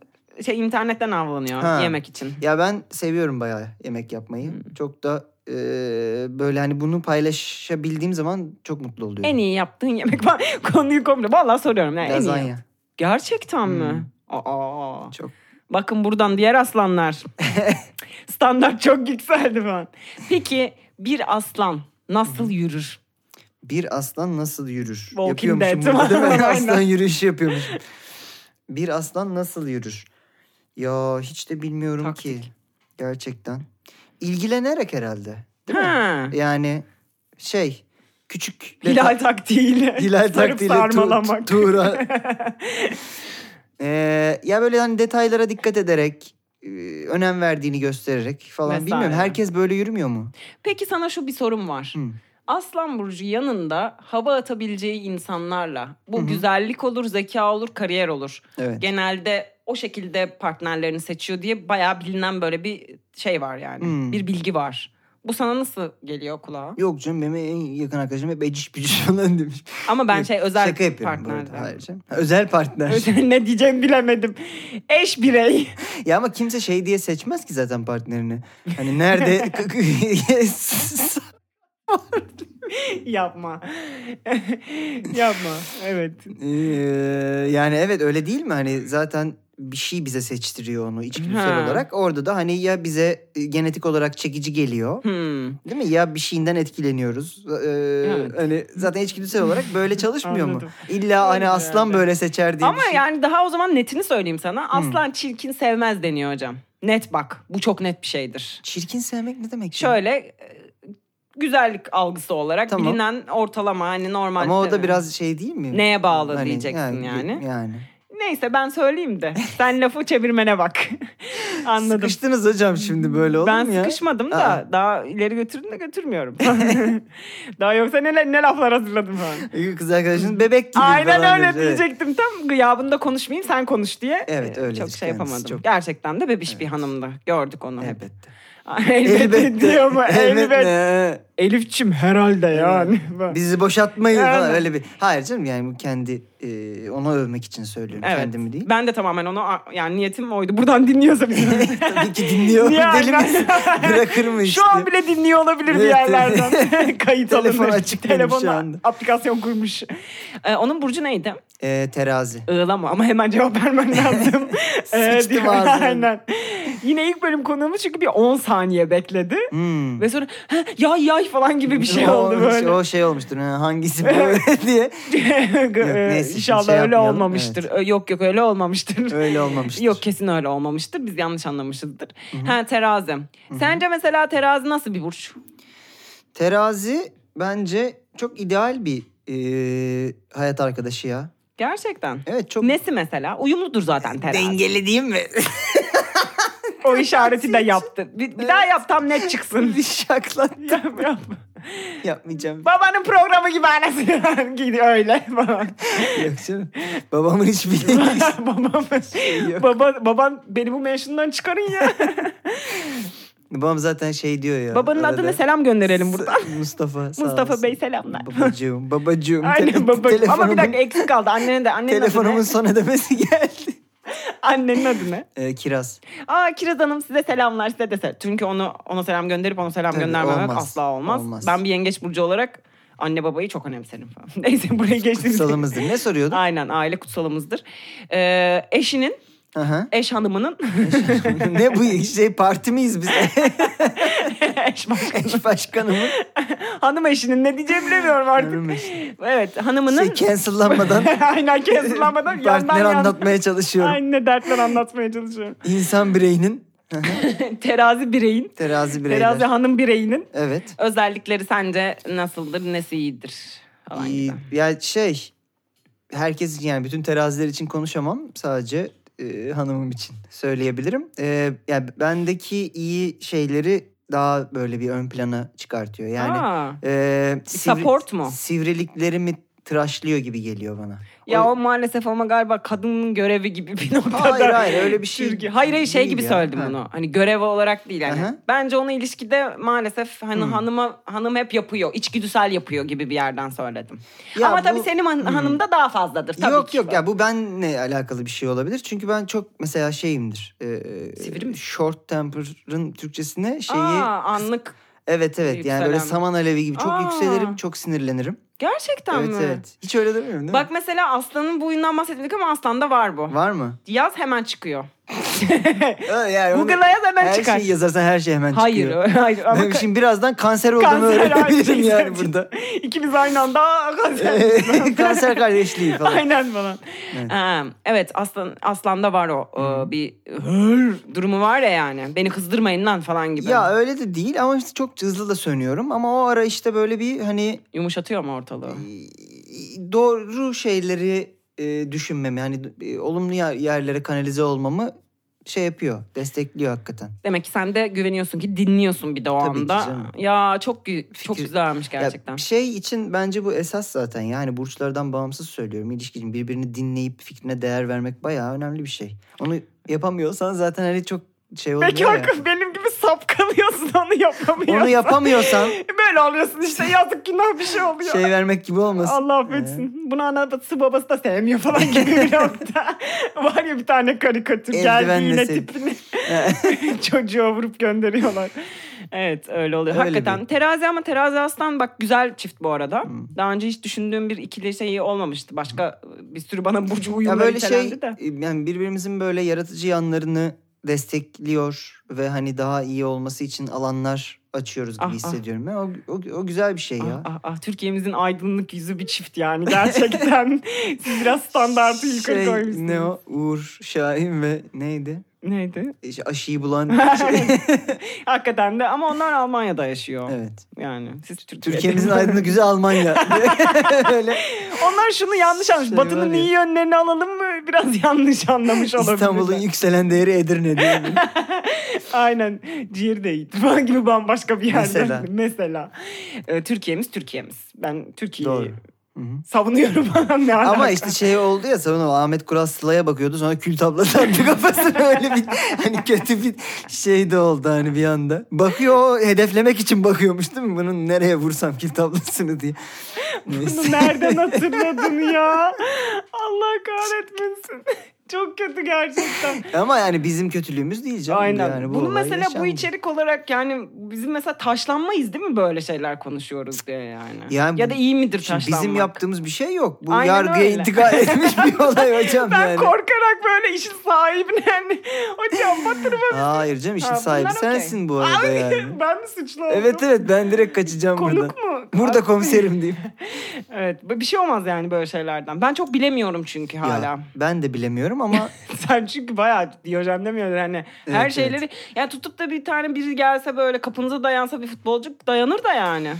[SPEAKER 1] şey internetten avlanıyor
[SPEAKER 2] Ha.
[SPEAKER 1] yemek için.
[SPEAKER 2] Ya ben seviyorum bayağı yemek yapmayı. Çok da e, böyle hani bunu paylaşabildiğim zaman çok mutlu oluyorum.
[SPEAKER 1] En iyi yaptığın yemek var. Konuyu komple. Vallahi soruyorum. Yani en iyi.
[SPEAKER 2] Lazanya.
[SPEAKER 1] Gerçekten mi? Aa.
[SPEAKER 2] Hmm. Çok.
[SPEAKER 1] Bakın buradan diğer aslanlar. Standart çok yükseldi falan. Peki bir aslan nasıl yürür?
[SPEAKER 2] Bir aslan nasıl yürür?
[SPEAKER 1] Walking Dead.
[SPEAKER 2] Yapıyormuşum bunu, değil mi?
[SPEAKER 1] Aynen.
[SPEAKER 2] aslan yürüyüşü yapıyormuşum. Bir aslan nasıl yürür? Ya hiç de bilmiyorum
[SPEAKER 1] Taktik.
[SPEAKER 2] ki. Gerçekten. İlgilenerek herhalde.
[SPEAKER 1] Ha.
[SPEAKER 2] Yani şey küçük
[SPEAKER 1] Hilal taktiğiyle.
[SPEAKER 2] E, Hilal
[SPEAKER 1] sarıp
[SPEAKER 2] taktiğiyle tu-
[SPEAKER 1] sarmalamak.
[SPEAKER 2] tu- tuğra. Ee, ya böyle hani detaylara dikkat ederek e, önem verdiğini göstererek falan
[SPEAKER 1] Vesaire.
[SPEAKER 2] bilmiyorum. Herkes böyle yürümüyor mu?
[SPEAKER 1] Peki sana şu bir sorum var.
[SPEAKER 2] Hı.
[SPEAKER 1] Aslan Burcu yanında hava atabileceği insanlarla bu güzellik olur, zeka olur, kariyer olur.
[SPEAKER 2] Evet.
[SPEAKER 1] Genelde o şekilde partnerlerini seçiyor diye bayağı bilinen böyle bir şey var yani.
[SPEAKER 2] Hmm.
[SPEAKER 1] Bir bilgi var. Bu sana nasıl geliyor kulağa?
[SPEAKER 2] Yok canım benim en yakın arkadaşım hep eciş bücüş falan demiş.
[SPEAKER 1] Ama ben
[SPEAKER 2] Yok,
[SPEAKER 1] şey özel
[SPEAKER 2] Şaka yapıyorum bu arada.
[SPEAKER 1] partnerden.
[SPEAKER 2] Hayır canım. Ha, Özel partner.
[SPEAKER 1] Özel ne diyeceğimi bilemedim. Eş birey.
[SPEAKER 2] ya ama kimse şey diye seçmez ki zaten partnerini. Hani nerede...
[SPEAKER 1] Yapma. Yapma. Evet.
[SPEAKER 2] Ee, yani evet öyle değil mi? Hani zaten bir şey bize seçtiriyor onu içgüdüsel
[SPEAKER 1] Ha.
[SPEAKER 2] olarak. Orada da hani ya bize e, genetik olarak çekici geliyor.
[SPEAKER 1] Hmm.
[SPEAKER 2] Değil mi? Ya bir şeyinden etkileniyoruz. Ee,
[SPEAKER 1] Evet.
[SPEAKER 2] Hani zaten içgüdüsel olarak böyle çalışmıyor mu?
[SPEAKER 1] Anladım.
[SPEAKER 2] İlla hani
[SPEAKER 1] Öyle
[SPEAKER 2] aslan
[SPEAKER 1] herhalde.
[SPEAKER 2] böyle seçer diye. bir
[SPEAKER 1] Ama
[SPEAKER 2] şey-
[SPEAKER 1] yani daha o zaman netini söyleyeyim sana.
[SPEAKER 2] Hmm.
[SPEAKER 1] Aslan çirkin sevmez deniyor hocam. Net bak. Bu çok net bir şeydir.
[SPEAKER 2] Çirkin sevmek ne demek? ya?
[SPEAKER 1] Şöyle e, güzellik algısı olarak
[SPEAKER 2] Tamam.
[SPEAKER 1] bilinen ortalama hani normal.
[SPEAKER 2] Ama o da
[SPEAKER 1] sevmem.
[SPEAKER 2] biraz şey değil mi?
[SPEAKER 1] Neye bağlı
[SPEAKER 2] Hani,
[SPEAKER 1] diyeceksin yani.
[SPEAKER 2] Yani.
[SPEAKER 1] Neyse ben söyleyeyim de sen lafı çevirmene bak. Anladım.
[SPEAKER 2] Sıkıştınız hocam şimdi böyle olur
[SPEAKER 1] ben
[SPEAKER 2] mu ya?
[SPEAKER 1] sıkışmadım da
[SPEAKER 2] Aa.
[SPEAKER 1] daha ileri götürün de götürmüyorum. daha yoksa ne, ne laflar hazırladım falan.
[SPEAKER 2] E, Kız arkadaşınız bebek gibi.
[SPEAKER 1] Aynen
[SPEAKER 2] falan
[SPEAKER 1] öyle
[SPEAKER 2] demiş, evet.
[SPEAKER 1] diyecektim tam gıyabında konuşmayayım sen konuş diye.
[SPEAKER 2] Evet,
[SPEAKER 1] Ee,
[SPEAKER 2] öyledir
[SPEAKER 1] Çok şey
[SPEAKER 2] kendisi,
[SPEAKER 1] yapamadım.
[SPEAKER 2] çok-
[SPEAKER 1] Gerçekten de bebiş bir hanımdı. Gördük onu hep.
[SPEAKER 2] Elbette.
[SPEAKER 1] elbette, diyor mu? Elbette.
[SPEAKER 2] Elbette.
[SPEAKER 1] Elifçim herhalde yani.
[SPEAKER 2] Bizi boşatmayın
[SPEAKER 1] Yani.
[SPEAKER 2] falan öyle bir. Hayır canım yani bu kendi e, ona övmek için söylüyorum
[SPEAKER 1] Evet.
[SPEAKER 2] kendimi değil.
[SPEAKER 1] Ben de tamamen onu yani niyetim oydu. Buradan dinliyorsa bizi.
[SPEAKER 2] Tabii ki dinliyor
[SPEAKER 1] Niye
[SPEAKER 2] deli
[SPEAKER 1] aynen?
[SPEAKER 2] misin? Bırakır mı işte?
[SPEAKER 1] Şu an bile dinliyor olabilir bir
[SPEAKER 2] Evet,
[SPEAKER 1] yerlerden. Kayıt alınır.
[SPEAKER 2] Telefon açık benim
[SPEAKER 1] Telefonla
[SPEAKER 2] şu anda.
[SPEAKER 1] aplikasyon kurmuş. Ee, onun burcu neydi?
[SPEAKER 2] E, terazi.
[SPEAKER 1] Iğlama ama hemen cevap vermen lazım. Ee,
[SPEAKER 2] Sıçtım
[SPEAKER 1] diyor,
[SPEAKER 2] ağzına.
[SPEAKER 1] Aynen. Yine ilk bölüm konuğumuz çünkü bir 10 saniye bekledi.
[SPEAKER 2] Hmm.
[SPEAKER 1] Ve sonra "Ha, yay yay falan gibi bir şey oldu
[SPEAKER 2] O-
[SPEAKER 1] böyle.
[SPEAKER 2] O şey olmuştur. ha, Hangisi böyle diye. neyse, şimdi
[SPEAKER 1] İnşallah
[SPEAKER 2] şey
[SPEAKER 1] e, öyle
[SPEAKER 2] yapmayalım,
[SPEAKER 1] olmamıştır. Ö- Yok yok öyle olmamıştır.
[SPEAKER 2] Öyle olmamıştır.
[SPEAKER 1] Yok kesin öyle olmamıştır. Biz yanlış anlamışızdır. Ha terazi. Sence mesela terazi nasıl bir burç?
[SPEAKER 2] Terazi bence çok ideal bir e, hayat arkadaşı ya.
[SPEAKER 1] Gerçekten.
[SPEAKER 2] Evet çok
[SPEAKER 1] Nesi mesela? Uyumludur zaten terazi.
[SPEAKER 2] dengeli değil mi?
[SPEAKER 1] O işareti de yaptı. Bir, bir daha yap tam net çıksın.
[SPEAKER 2] bir şaklat
[SPEAKER 1] yap, yap.
[SPEAKER 2] yapmayacağım.
[SPEAKER 1] Babanın programı gibi anasını gidiyor öyle falan.
[SPEAKER 2] Yok canım. Babamın hiçbir
[SPEAKER 1] babam, Şey
[SPEAKER 2] yok.
[SPEAKER 1] baba, baban beni bu menşundan çıkarın ya.
[SPEAKER 2] Babam zaten şey diyor ya.
[SPEAKER 1] Babanın adını
[SPEAKER 2] arada.
[SPEAKER 1] selam gönderelim buradan.
[SPEAKER 2] Mustafa. sağ
[SPEAKER 1] Mustafa
[SPEAKER 2] olsun.
[SPEAKER 1] Bey selamlar.
[SPEAKER 2] Babacığım, babacığım.
[SPEAKER 1] Aynen
[SPEAKER 2] Te-
[SPEAKER 1] baba. Ama bir
[SPEAKER 2] telefonumun-
[SPEAKER 1] dakika eksik kaldı. Annenin de annenin
[SPEAKER 2] Telefonumun
[SPEAKER 1] adı ne?
[SPEAKER 2] son ödemesi geldi.
[SPEAKER 1] Annenin adı ne?
[SPEAKER 2] Ee, kiraz.
[SPEAKER 1] Aa Kiraz Hanım size selamlar size de selam. Çünkü onu ona selam gönderip ona selam
[SPEAKER 2] Tabii,
[SPEAKER 1] göndermemek
[SPEAKER 2] olmaz,
[SPEAKER 1] asla olmaz.
[SPEAKER 2] olmaz.
[SPEAKER 1] Ben bir yengeç burcu olarak anne babayı çok önemserim falan. Neyse buraya geçtim.
[SPEAKER 2] Kutsalımızdır. Ne soruyordun?
[SPEAKER 1] Aynen aile kutsalımızdır. Ee, eşinin,
[SPEAKER 2] Aha.
[SPEAKER 1] eş hanımının,
[SPEAKER 2] ne bu şey parti miyiz biz?
[SPEAKER 1] eş başkanı.
[SPEAKER 2] Eş Şey, başkanımın.
[SPEAKER 1] Hanım eşinin ne diyeceğimi bilemiyorum artık.
[SPEAKER 2] Hanım eşi.
[SPEAKER 1] evet hanımının.
[SPEAKER 2] Şey cancellanmadan
[SPEAKER 1] Aynen kesinlanmadan yandan
[SPEAKER 2] partner
[SPEAKER 1] yandan.
[SPEAKER 2] anlatmaya çalışıyorum.
[SPEAKER 1] Aynı dertler anlatmaya çalışıyorum.
[SPEAKER 2] İnsan bireyinin
[SPEAKER 1] Terazi bireyin,
[SPEAKER 2] terazi bireyler.
[SPEAKER 1] terazi hanım bireyinin
[SPEAKER 2] Evet.
[SPEAKER 1] özellikleri sence nasıldır, nesi iyidir falan
[SPEAKER 2] İyi,
[SPEAKER 1] gibi.
[SPEAKER 2] ya şey herkes için yani bütün teraziler için konuşamam sadece e, hanımım için söyleyebilirim. E, yani bendeki iyi şeyleri daha böyle bir ön plana çıkartıyor. Yani
[SPEAKER 1] Aa,
[SPEAKER 2] e,
[SPEAKER 1] support mu?
[SPEAKER 2] Sivriliklerimi tıraşlıyor gibi geliyor bana.
[SPEAKER 1] ya o maalesef ama galiba kadının görevi gibi bir noktada.
[SPEAKER 2] Hayır, hayır, öyle bir şey
[SPEAKER 1] Türkiye- Hayır hayır şey
[SPEAKER 2] değil
[SPEAKER 1] gibi
[SPEAKER 2] ya.
[SPEAKER 1] söyledim
[SPEAKER 2] Ha.
[SPEAKER 1] bunu. Hani görev olarak değil yani.
[SPEAKER 2] Aha. Hmm.
[SPEAKER 1] Bence onu ilişkide maalesef hani hanıma hanım hep yapıyor. içgüdüsel yapıyor gibi bir yerden söyledim.
[SPEAKER 2] Ya
[SPEAKER 1] ama tabii
[SPEAKER 2] bu- Hmm.
[SPEAKER 1] senin han- hanımda daha fazladır tabii
[SPEAKER 2] yok
[SPEAKER 1] ki.
[SPEAKER 2] yok ya bu benle alakalı bir şey olabilir. Çünkü ben çok mesela şeyimdir. E,
[SPEAKER 1] Sivri mi?
[SPEAKER 2] Short temper'ın Türkçesine şeyi
[SPEAKER 1] Aa, anlık.
[SPEAKER 2] evet evet yani böyle
[SPEAKER 1] Hani yükselen.
[SPEAKER 2] saman alevi gibi çok
[SPEAKER 1] Aa.
[SPEAKER 2] yükselirim, çok sinirlenirim.
[SPEAKER 1] Gerçekten
[SPEAKER 2] evet
[SPEAKER 1] mi?
[SPEAKER 2] evet. Hiç öyle demiyorum değil mi?
[SPEAKER 1] Bak mesela aslanın bu huyundan bahsetmedik ama aslanda var bu.
[SPEAKER 2] Var mı?
[SPEAKER 1] Yaz hemen çıkıyor.
[SPEAKER 2] Ö, Yani onu-
[SPEAKER 1] Google'a yaz hemen
[SPEAKER 2] her
[SPEAKER 1] çıkar.
[SPEAKER 2] şeyi yazarsan her şey hemen
[SPEAKER 1] hayır,
[SPEAKER 2] çıkıyor.
[SPEAKER 1] hayır ama
[SPEAKER 2] Ben
[SPEAKER 1] ka-
[SPEAKER 2] şimdi birazdan kanser olduğumu
[SPEAKER 1] Kanser,
[SPEAKER 2] öğrenebilirim
[SPEAKER 1] hayır,
[SPEAKER 2] yani
[SPEAKER 1] kanser.
[SPEAKER 2] burada.
[SPEAKER 1] ikimiz aynı anda "Aa, kanser.
[SPEAKER 2] Ee, kanser kardeşliği falan.
[SPEAKER 1] Aynen falan.
[SPEAKER 2] Evet.
[SPEAKER 1] Ha, Evet, aslan aslanda var o e, bir hır durumu var ya yani. Beni kızdırmayın lan falan gibi.
[SPEAKER 2] Ya öyle de değil ama işte çok hızlı da sönüyorum. Ama o ara işte böyle bir hani
[SPEAKER 1] Yumuşatıyor mu ortalığı?
[SPEAKER 2] e, doğru şeyleri e, düşünmemi hani e, olumlu yer- yerlere kanalize olmamı şey yapıyor. Destekliyor hakikaten.
[SPEAKER 1] Demek ki sen de güveniyorsun ki dinliyorsun bir de o
[SPEAKER 2] Tabii ki
[SPEAKER 1] anda.
[SPEAKER 2] canım.
[SPEAKER 1] Ya çok gü- çok güzelmiş
[SPEAKER 2] Ya
[SPEAKER 1] gerçekten.
[SPEAKER 2] şey için bence bu esas zaten. Yani burçlardan bağımsız söylüyorum. İlişkinin birbirini dinleyip fikrine değer vermek bayağı önemli bir şey. Onu yapamıyorsan zaten hani çok şey oluyor
[SPEAKER 1] Peki
[SPEAKER 2] ya.
[SPEAKER 1] Hakkı benim gibi sap kalıyorsun onu yapamıyorsun.
[SPEAKER 2] Onu yapamıyorsan
[SPEAKER 1] Böyle oluyorsun işte yazık günah bir şey oluyor.
[SPEAKER 2] şey vermek gibi olmasın.
[SPEAKER 1] Allah
[SPEAKER 2] Ee?
[SPEAKER 1] affetsin. Bunu anası babası da sevmiyor falan gibi bir hafta. Var ya bir tane karikatür geldi
[SPEAKER 2] Eldivenle
[SPEAKER 1] yine
[SPEAKER 2] sev-
[SPEAKER 1] tipini. Çocuğa vurup gönderiyorlar. Evet öyle oluyor.
[SPEAKER 2] Öyle
[SPEAKER 1] Hakikaten
[SPEAKER 2] bir-
[SPEAKER 1] terazi ama terazi aslan bak güzel çift bu arada.
[SPEAKER 2] Hmm.
[SPEAKER 1] Daha önce hiç düşündüğüm bir ikili şeyi olmamıştı. Başka bir sürü bana burcu
[SPEAKER 2] Ya
[SPEAKER 1] uyumları
[SPEAKER 2] böyle şey
[SPEAKER 1] de.
[SPEAKER 2] yani birbirimizin böyle yaratıcı yanlarını destekliyor ve hani daha iyi olması için alanlar açıyoruz gibi
[SPEAKER 1] Ah, ah.
[SPEAKER 2] hissediyorum. Ben. O, o, o güzel bir şey ya.
[SPEAKER 1] Ah, ah, ah, Türkiye'mizin aydınlık yüzü bir çift yani gerçekten. Siz biraz standartı yukarı
[SPEAKER 2] Şey,
[SPEAKER 1] koymuşsunuz.
[SPEAKER 2] Ne o? Uğur Şahin ve neydi?
[SPEAKER 1] Neydi?
[SPEAKER 2] İşte aşıyı bulan şey.
[SPEAKER 1] Hakikaten de ama onlar Almanya'da yaşıyor.
[SPEAKER 2] evet.
[SPEAKER 1] Yani siz Türkiye'de-
[SPEAKER 2] Türkiye'mizin aydınlık güzel Almanya. Öyle
[SPEAKER 1] Onlar şunu yanlış anlamış.
[SPEAKER 2] Şey var
[SPEAKER 1] Batı'nın
[SPEAKER 2] ya.
[SPEAKER 1] iyi yönlerini alalım mı? Biraz yanlış anlamış olabilir.
[SPEAKER 2] İstanbul'un yükselen değeri Edirne değil mi?
[SPEAKER 1] Aynen. Ciğeri de iyi. Falan gibi bambaşka bir yerde.
[SPEAKER 2] Mesela.
[SPEAKER 1] Mesela. Ee, Türkiye'miz Türkiye'miz. Ben Türkiye'yi
[SPEAKER 2] Doğru. Hı hı.
[SPEAKER 1] savunuyorum falan. Ne
[SPEAKER 2] Ama
[SPEAKER 1] alaka?
[SPEAKER 2] işte şey oldu ya sonra o Ahmet Kural Sıla'ya bakıyordu sonra kül tablası attı kafasına öyle bir hani kötü bir şey de oldu hani bir anda. Bakıyor o hedeflemek için bakıyormuş değil mi? Bunun nereye vursam kül tablasını diye.
[SPEAKER 1] Bunu
[SPEAKER 2] Neyse.
[SPEAKER 1] nereden hatırladın ya? Allah kahretmesin. Çok kötü gerçekten.
[SPEAKER 2] Ama yani bizim kötülüğümüz değil canım.
[SPEAKER 1] Aynen.
[SPEAKER 2] Yani
[SPEAKER 1] Bunu
[SPEAKER 2] olay
[SPEAKER 1] mesela bu
[SPEAKER 2] yaşandı.
[SPEAKER 1] içerik olarak yani bizim mesela taşlanmayız değil mi böyle şeyler konuşuyoruz diye yani.
[SPEAKER 2] Yani
[SPEAKER 1] ya da iyi midir
[SPEAKER 2] Şimdi
[SPEAKER 1] taşlanmak?
[SPEAKER 2] bizim yaptığımız bir şey yok. Bu
[SPEAKER 1] Aynen
[SPEAKER 2] yargıya
[SPEAKER 1] öyle.
[SPEAKER 2] intikal etmiş bir olay hocam
[SPEAKER 1] Ben
[SPEAKER 2] yani.
[SPEAKER 1] korkarak böyle işin sahibine hani hocam batırma.
[SPEAKER 2] Hayır canım işin
[SPEAKER 1] Ha,
[SPEAKER 2] sahibi
[SPEAKER 1] bunlar okey.
[SPEAKER 2] sensin bu arada
[SPEAKER 1] Abi,
[SPEAKER 2] yani.
[SPEAKER 1] ben mi suçlu oldum?
[SPEAKER 2] Evet evet ben direkt kaçacağım buradan.
[SPEAKER 1] Konuk mu?
[SPEAKER 2] Burada komiserim diyeyim.
[SPEAKER 1] Evet bir şey olmaz yani böyle şeylerden. Ben çok bilemiyorum çünkü hala.
[SPEAKER 2] Ya, ben de bilemiyorum ama
[SPEAKER 1] Sen çünkü bayağı Diyojen demiyorsun hani.
[SPEAKER 2] Evet,
[SPEAKER 1] her
[SPEAKER 2] evet.
[SPEAKER 1] şeyleri yani tutup da bir tane biri gelse böyle kapınıza dayansa bir futbolcu dayanır da yani.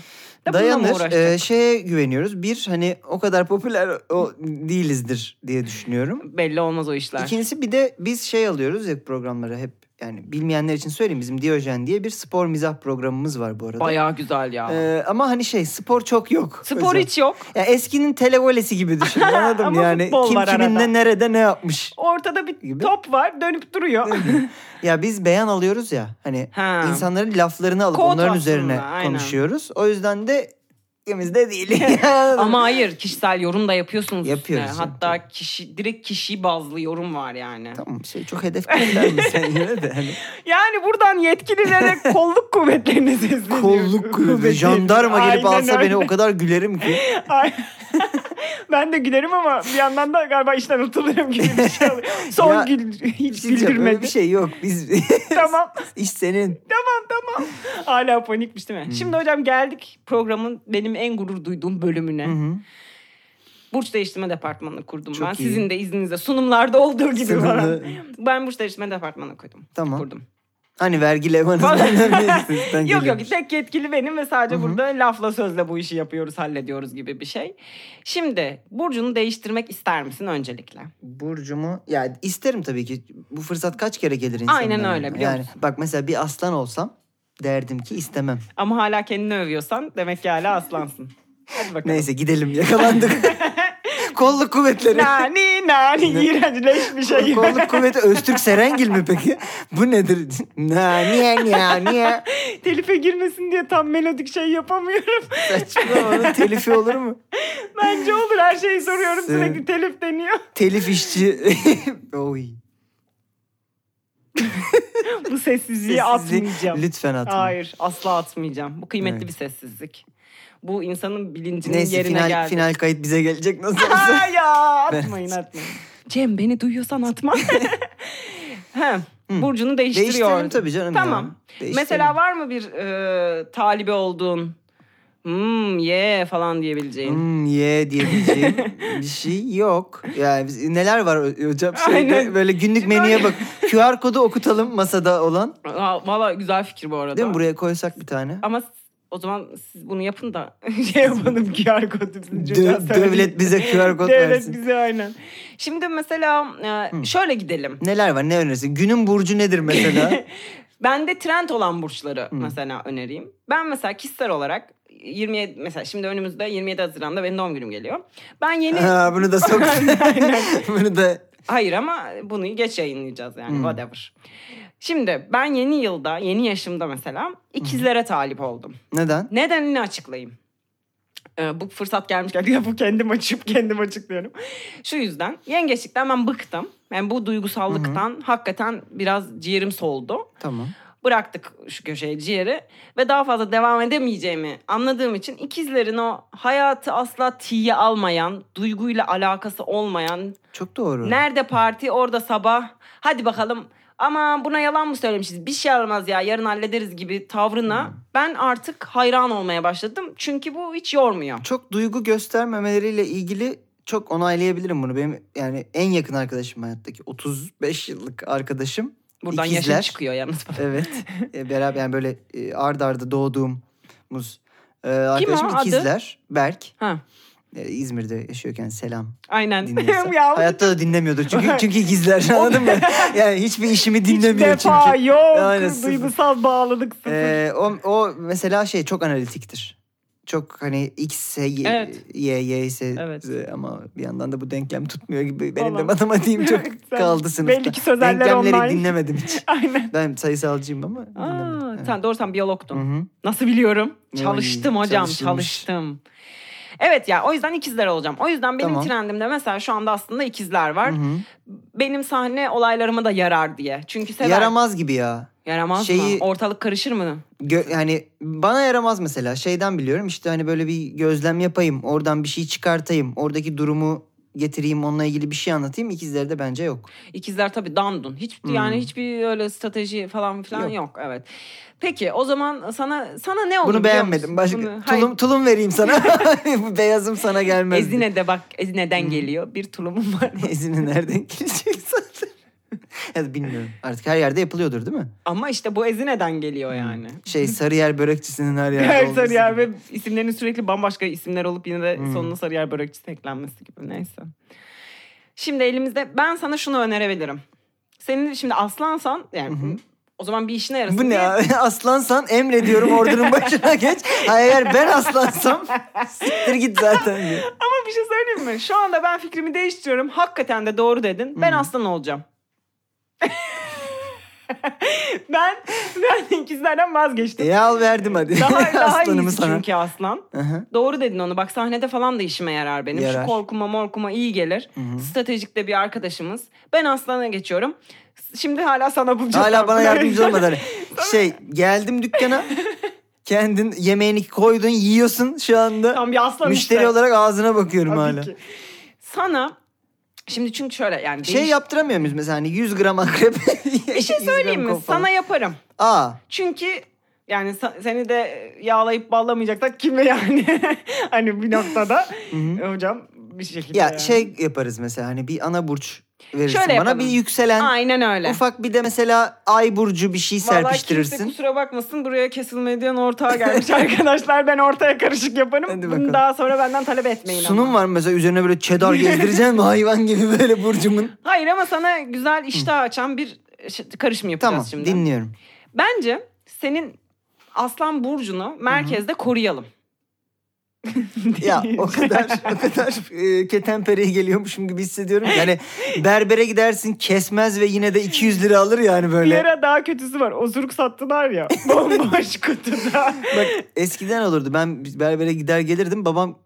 [SPEAKER 1] Da bununla mı
[SPEAKER 2] dayanır.
[SPEAKER 1] uğraşacak?
[SPEAKER 2] Ee, şeye güveniyoruz. Bir hani o kadar popüler o değilizdir diye düşünüyorum.
[SPEAKER 1] Belli olmaz o işler.
[SPEAKER 2] İkincisi bir de biz şey alıyoruz ya programları hep yani bilmeyenler için söyleyeyim bizim Diyojen diye bir spor mizah programımız var bu arada.
[SPEAKER 1] Bayağı güzel ya.
[SPEAKER 2] Ee, ama hani şey spor çok yok.
[SPEAKER 1] Spor
[SPEAKER 2] Özel.
[SPEAKER 1] hiç yok.
[SPEAKER 2] Ya eskinin televolesi gibi düşün anladım
[SPEAKER 1] Ama
[SPEAKER 2] yani.
[SPEAKER 1] futbol
[SPEAKER 2] Kim
[SPEAKER 1] var
[SPEAKER 2] kiminle
[SPEAKER 1] arada.
[SPEAKER 2] nerede ne yapmış.
[SPEAKER 1] Ortada bir
[SPEAKER 2] Gibi.
[SPEAKER 1] top var dönüp duruyor.
[SPEAKER 2] Ya biz beyan alıyoruz ya hani
[SPEAKER 1] Ha.
[SPEAKER 2] insanların laflarını alıp
[SPEAKER 1] Kod
[SPEAKER 2] onların
[SPEAKER 1] aslında,
[SPEAKER 2] üzerine
[SPEAKER 1] aynen.
[SPEAKER 2] konuşuyoruz. O yüzden de ikimizde değil.
[SPEAKER 1] Ama hayır kişisel yorum da yapıyorsunuz.
[SPEAKER 2] Yapıyoruz,
[SPEAKER 1] üstüne. Hatta kişi direkt kişi bazlı yorum var yani.
[SPEAKER 2] Tamam şey çok hedef gösterme sen yine de. Hani
[SPEAKER 1] Yani buradan yetkililere kolluk kuvvetlerine sesleniyorum.
[SPEAKER 2] kolluk kuvveti. Jandarma gelip
[SPEAKER 1] Aynen
[SPEAKER 2] alsa
[SPEAKER 1] öyle.
[SPEAKER 2] beni o kadar gülerim ki.
[SPEAKER 1] Ay- ben de gülerim ama bir yandan da galiba işten atılırım gibi bir şey oluyor. Son
[SPEAKER 2] Ya,
[SPEAKER 1] gül, hiç
[SPEAKER 2] Diyeceğim, öyle
[SPEAKER 1] güldürmedi.
[SPEAKER 2] bir şey yok. Biz
[SPEAKER 1] Tamam
[SPEAKER 2] iş senin.
[SPEAKER 1] hala panikmiş
[SPEAKER 2] Hmm.
[SPEAKER 1] değil mi? Şimdi hocam geldik programın benim en gurur duyduğum bölümüne.
[SPEAKER 2] Hı hı.
[SPEAKER 1] Burç değiştirme departmanını kurdum
[SPEAKER 2] Hmm. Çok
[SPEAKER 1] ben.
[SPEAKER 2] iyi.
[SPEAKER 1] Sizin de izninizle sunumlarda olduğu gibi
[SPEAKER 2] Sunumda-
[SPEAKER 1] falan. Ben burç değiştirme departmanı koydum.
[SPEAKER 2] Tamam.
[SPEAKER 1] Kurdum.
[SPEAKER 2] Hani vergi levhanız
[SPEAKER 1] Bana-
[SPEAKER 2] benden neyse, sizden
[SPEAKER 1] Yok yok
[SPEAKER 2] geliyormuş.
[SPEAKER 1] tek yetkili benim ve sadece burada lafla sözle bu işi yapıyoruz hallediyoruz gibi bir şey. Şimdi Burcu'nu değiştirmek ister misin öncelikle?
[SPEAKER 2] Burcumu ya isterim tabii ki. Bu fırsat kaç kere gelir insanlara?
[SPEAKER 1] Aynen öyle, biliyor
[SPEAKER 2] Yani bak mesela bir aslan olsam derdim ki istemem.
[SPEAKER 1] Ama hala kendini övüyorsan demek ki hala aslansın. Hadi bakalım.
[SPEAKER 2] Neyse gidelim yakalandık. Kolluk kuvvetleri.
[SPEAKER 1] Nani nani iğrenç leş bir şey.
[SPEAKER 2] Kolluk kuvveti Öztürk Serengil mi peki? Bu nedir? Na, niye niye niye?
[SPEAKER 1] Telife girmesin diye tam melodik şey yapamıyorum.
[SPEAKER 2] Saçmalama onun telifi olur mu?
[SPEAKER 1] Bence olur her şeyi soruyorum
[SPEAKER 2] Sen-
[SPEAKER 1] sürekli telif deniyor.
[SPEAKER 2] Telif işçi. Oy.
[SPEAKER 1] Bu sessizliği
[SPEAKER 2] Sessizliği
[SPEAKER 1] atmayacağım.
[SPEAKER 2] Lütfen atma.
[SPEAKER 1] Hayır asla atmayacağım. Bu kıymetli
[SPEAKER 2] Evet.
[SPEAKER 1] bir sessizlik. Bu insanın bilincinin
[SPEAKER 2] Neyse
[SPEAKER 1] yerine
[SPEAKER 2] final,
[SPEAKER 1] geldi.
[SPEAKER 2] final kayıt bize gelecek nasıl olsa.
[SPEAKER 1] Aa ya atmayın atmayın. Cem beni duyuyorsan atma. He, Burcunu
[SPEAKER 2] Değiştirelim
[SPEAKER 1] değiştiriyor.
[SPEAKER 2] tabii canım.
[SPEAKER 1] Tamam.
[SPEAKER 2] ya. Değiştirelim.
[SPEAKER 1] Mesela var mı bir e, talibi olduğun hmm ye falan diyebileceğin?
[SPEAKER 2] Hmm, ye diyebileceğim bir şey yok. Yani biz, neler var ho- hocam? Şeyde,
[SPEAKER 1] Aynen.
[SPEAKER 2] Böyle günlük
[SPEAKER 1] Şimdi
[SPEAKER 2] menüye bak. QR kodu okutalım masada olan.
[SPEAKER 1] Aa, Valla güzel fikir bu arada.
[SPEAKER 2] Hmm. Değil mi? Buraya koysak bir tane.
[SPEAKER 1] Ama s- o zaman siz bunu yapın da şey yapalım QR kodu bizim
[SPEAKER 2] Dö-
[SPEAKER 1] çocuğa söyleyin.
[SPEAKER 2] devlet bize QR kod
[SPEAKER 1] Devlet
[SPEAKER 2] versin.
[SPEAKER 1] bize aynen. Şimdi mesela e, şöyle gidelim.
[SPEAKER 2] Neler var? Ne önerirsin? Günün burcu nedir mesela?
[SPEAKER 1] Ben de trend olan burçları mesela önereyim. Ben mesela kişisel olarak 27 mesela şimdi önümüzde 27 Haziran'da benim doğum günüm geliyor. Ben yeni
[SPEAKER 2] ha, bunu da sok. bunu da
[SPEAKER 1] Hayır ama bunu geç yayınlayacağız yani whatever. Şimdi ben yeni yılda, yeni yaşımda mesela ikizlere talip oldum.
[SPEAKER 2] Neden?
[SPEAKER 1] Nedenini açıklayayım. Ee, bu fırsat gelmişken ya bu kendim açıp kendim açıklıyorum. Şu yüzden yengeçlikten ben bıktım. Yani bu duygusallıktan hakikaten biraz ciğerim soldu.
[SPEAKER 2] Tamam.
[SPEAKER 1] Bıraktık şu köşeye ciğeri ve daha fazla devam edemeyeceğimi anladığım için ikizlerin o hayatı asla tiye almayan, duyguyla alakası olmayan,
[SPEAKER 2] Çok doğru.
[SPEAKER 1] nerede parti orada sabah hadi bakalım ama buna yalan mı söylemişiz bir şey olmaz ya yarın hallederiz gibi
[SPEAKER 2] Hmm.
[SPEAKER 1] tavrına ben artık hayran olmaya başladım. Çünkü bu hiç yormuyor.
[SPEAKER 2] Çok duygu göstermemeleriyle ilgili çok onaylayabilirim bunu. Benim yani en yakın arkadaşım hayattaki 35 yıllık arkadaşım.
[SPEAKER 1] Buradan
[SPEAKER 2] İkizler.
[SPEAKER 1] yaşın çıkıyor yalnız.
[SPEAKER 2] Evet. e, beraber yani böyle e, ard arda doğduğumuz e, arkadaşım
[SPEAKER 1] o? Adı?
[SPEAKER 2] ikizler. Berk.
[SPEAKER 1] Ha,
[SPEAKER 2] E, İzmir'de yaşıyorken selam
[SPEAKER 1] aynen.
[SPEAKER 2] dinliyorsa.
[SPEAKER 1] Ya,
[SPEAKER 2] Hayatta da dinlemiyordur çünkü çünkü gizler anladın mı? Yani hiçbir işimi
[SPEAKER 1] hiç
[SPEAKER 2] dinlemiyor
[SPEAKER 1] defa
[SPEAKER 2] çünkü.
[SPEAKER 1] yok.
[SPEAKER 2] Aynen, sıfır.
[SPEAKER 1] Duygusal bağlılık sıfır.
[SPEAKER 2] Ee, o, o mesela şey çok analitiktir. Çok hani X, Y,
[SPEAKER 1] Evet.
[SPEAKER 2] Y, Y ise
[SPEAKER 1] Evet.
[SPEAKER 2] Z ama bir yandan da bu denklem tutmuyor gibi. Benim de
[SPEAKER 1] Falan.
[SPEAKER 2] matematiğim çok
[SPEAKER 1] Sen
[SPEAKER 2] kaldı sınıfta.
[SPEAKER 1] belli ki sözeller
[SPEAKER 2] Denklemleri
[SPEAKER 1] online.
[SPEAKER 2] dinlemedim hiç.
[SPEAKER 1] aynen.
[SPEAKER 2] Ben sayısalcıyım ama dinlemedim.
[SPEAKER 1] Aa,
[SPEAKER 2] Evet.
[SPEAKER 1] sen, doğru sen biyologtun.
[SPEAKER 2] Hı hı.
[SPEAKER 1] Nasıl biliyorum?
[SPEAKER 2] Oy,
[SPEAKER 1] Çalıştım hocam,
[SPEAKER 2] çalışılmış.
[SPEAKER 1] çalıştım. Evet ya o yüzden ikizler olacağım. O yüzden benim
[SPEAKER 2] Tamam.
[SPEAKER 1] trendimde mesela şu anda aslında ikizler
[SPEAKER 2] Hı
[SPEAKER 1] var.
[SPEAKER 2] hı.
[SPEAKER 1] Benim sahne olaylarıma da yarar diye. Çünkü sever.
[SPEAKER 2] Yaramaz gibi ya.
[SPEAKER 1] Yaramaz mı?
[SPEAKER 2] şeyi-
[SPEAKER 1] Ortalık karışır mı?
[SPEAKER 2] Gö- yani bana yaramaz mesela şeyden biliyorum işte hani böyle bir gözlem yapayım oradan bir şey çıkartayım oradaki durumu getireyim onunla ilgili bir şey anlatayım ikizleri de bence yok.
[SPEAKER 1] İkizler tabii dandun. Hiç yani hiçbir öyle strateji falan filan yok.
[SPEAKER 2] Hmm. Yok.
[SPEAKER 1] Evet. Peki o zaman sana sana ne olur
[SPEAKER 2] Bunu
[SPEAKER 1] biliyor
[SPEAKER 2] beğenmedim.
[SPEAKER 1] musun?
[SPEAKER 2] Başka
[SPEAKER 1] Bunu- hayır.
[SPEAKER 2] tulum tulum vereyim sana. Bu Beyazım sana gelmez.
[SPEAKER 1] Ezine de bak
[SPEAKER 2] Hmm.
[SPEAKER 1] Ezine'den geliyor. Bir tulumum var.
[SPEAKER 2] Ezine nereden gelecek zaten? ya bilmiyorum. Artık her yerde yapılıyordur değil mi?
[SPEAKER 1] Ama işte bu Ezine'den geliyor yani.
[SPEAKER 2] Şey Sarıyer börekçisinin her yerde
[SPEAKER 1] Her
[SPEAKER 2] olması
[SPEAKER 1] Sarıyer
[SPEAKER 2] gibi.
[SPEAKER 1] ve isimlerinin sürekli bambaşka isimler olup yine de
[SPEAKER 2] Hmm.
[SPEAKER 1] sonuna Sarıyer börekçisi eklenmesi gibi neyse. Şimdi elimizde ben sana şunu önerebilirim. Senin şimdi aslansan yani o zaman bir işine yarasın
[SPEAKER 2] Bu ne?
[SPEAKER 1] diye-
[SPEAKER 2] ya? Aslansan emrediyorum ordunun başına geç. Hayır eğer ben aslansam siktir git zaten. diyor.
[SPEAKER 1] Ama bir şey söyleyeyim mi? Şu anda ben fikrimi değiştiriyorum. Hakikaten de doğru dedin.
[SPEAKER 2] Hmm.
[SPEAKER 1] Ben aslan olacağım. ben ben ikizlerden vazgeçtim.
[SPEAKER 2] E al verdim hadi.
[SPEAKER 1] Daha, daha
[SPEAKER 2] Aslanımı
[SPEAKER 1] iyisi
[SPEAKER 2] sana.
[SPEAKER 1] çünkü aslan.
[SPEAKER 2] Aha.
[SPEAKER 1] Doğru dedin onu. Bak sahnede falan da işime yarar benim.
[SPEAKER 2] Yarar.
[SPEAKER 1] Şu korkuma morkuma iyi gelir. Stratejikte bir arkadaşımız. Ben aslana geçiyorum. Şimdi hala sana bulacağım.
[SPEAKER 2] Hala bana yardımcı olmadı. hani. Şey geldim dükkana. Kendin yemeğini koydun yiyorsun şu anda.
[SPEAKER 1] Tam bir aslan
[SPEAKER 2] Müşteri
[SPEAKER 1] işte.
[SPEAKER 2] olarak ağzına bakıyorum
[SPEAKER 1] Tabii
[SPEAKER 2] hala.
[SPEAKER 1] ki. Sana şimdi çünkü şöyle yani
[SPEAKER 2] Şey
[SPEAKER 1] değiş-
[SPEAKER 2] yaptıramıyor muyuz mesela hani 100 gram akrep?
[SPEAKER 1] bir şey söyleyeyim mi? Sana yaparım.
[SPEAKER 2] Aa
[SPEAKER 1] Çünkü yani sa- seni de yağlayıp ballamayacaklar kime yani? hani bir noktada hocam bir şekilde.
[SPEAKER 2] ya
[SPEAKER 1] yani.
[SPEAKER 2] şey yaparız mesela hani bir ana burç verirsin
[SPEAKER 1] Şöyle
[SPEAKER 2] bana
[SPEAKER 1] yapalım.
[SPEAKER 2] bir yükselen
[SPEAKER 1] Aynen öyle.
[SPEAKER 2] ufak bir de mesela ay burcu bir şey
[SPEAKER 1] Vallahi
[SPEAKER 2] serpiştirirsin.
[SPEAKER 1] kimse kusura bakmasın buraya kesilmediğin ortağa gelmiş arkadaşlar. Ben ortaya karışık yaparım.
[SPEAKER 2] Hadi
[SPEAKER 1] Bunu
[SPEAKER 2] bakalım.
[SPEAKER 1] daha sonra benden talep etmeyin ama.
[SPEAKER 2] Sunum var mı mesela üzerine böyle çedar gezdireceğim mi hayvan gibi böyle burcumun?
[SPEAKER 1] Hayır ama sana güzel iştah açan bir şey- karışım yapacağız
[SPEAKER 2] Tamam
[SPEAKER 1] şimdi.
[SPEAKER 2] dinliyorum.
[SPEAKER 1] Bence senin Aslan Burcu'nu merkezde koruyalım.
[SPEAKER 2] Ya o kadar o kadar e, ketenpereye geliyormuşum gibi hissediyorum. ki. Yani berbere gidersin kesmez ve yine de 200 lira alır yani
[SPEAKER 1] Bir
[SPEAKER 2] böyle.
[SPEAKER 1] ara daha kötüsü var. Osuruk sattılar ya. Bomboş kutuda.
[SPEAKER 2] Bak eskiden olurdu. Ben berbere gider gelirdim. Babam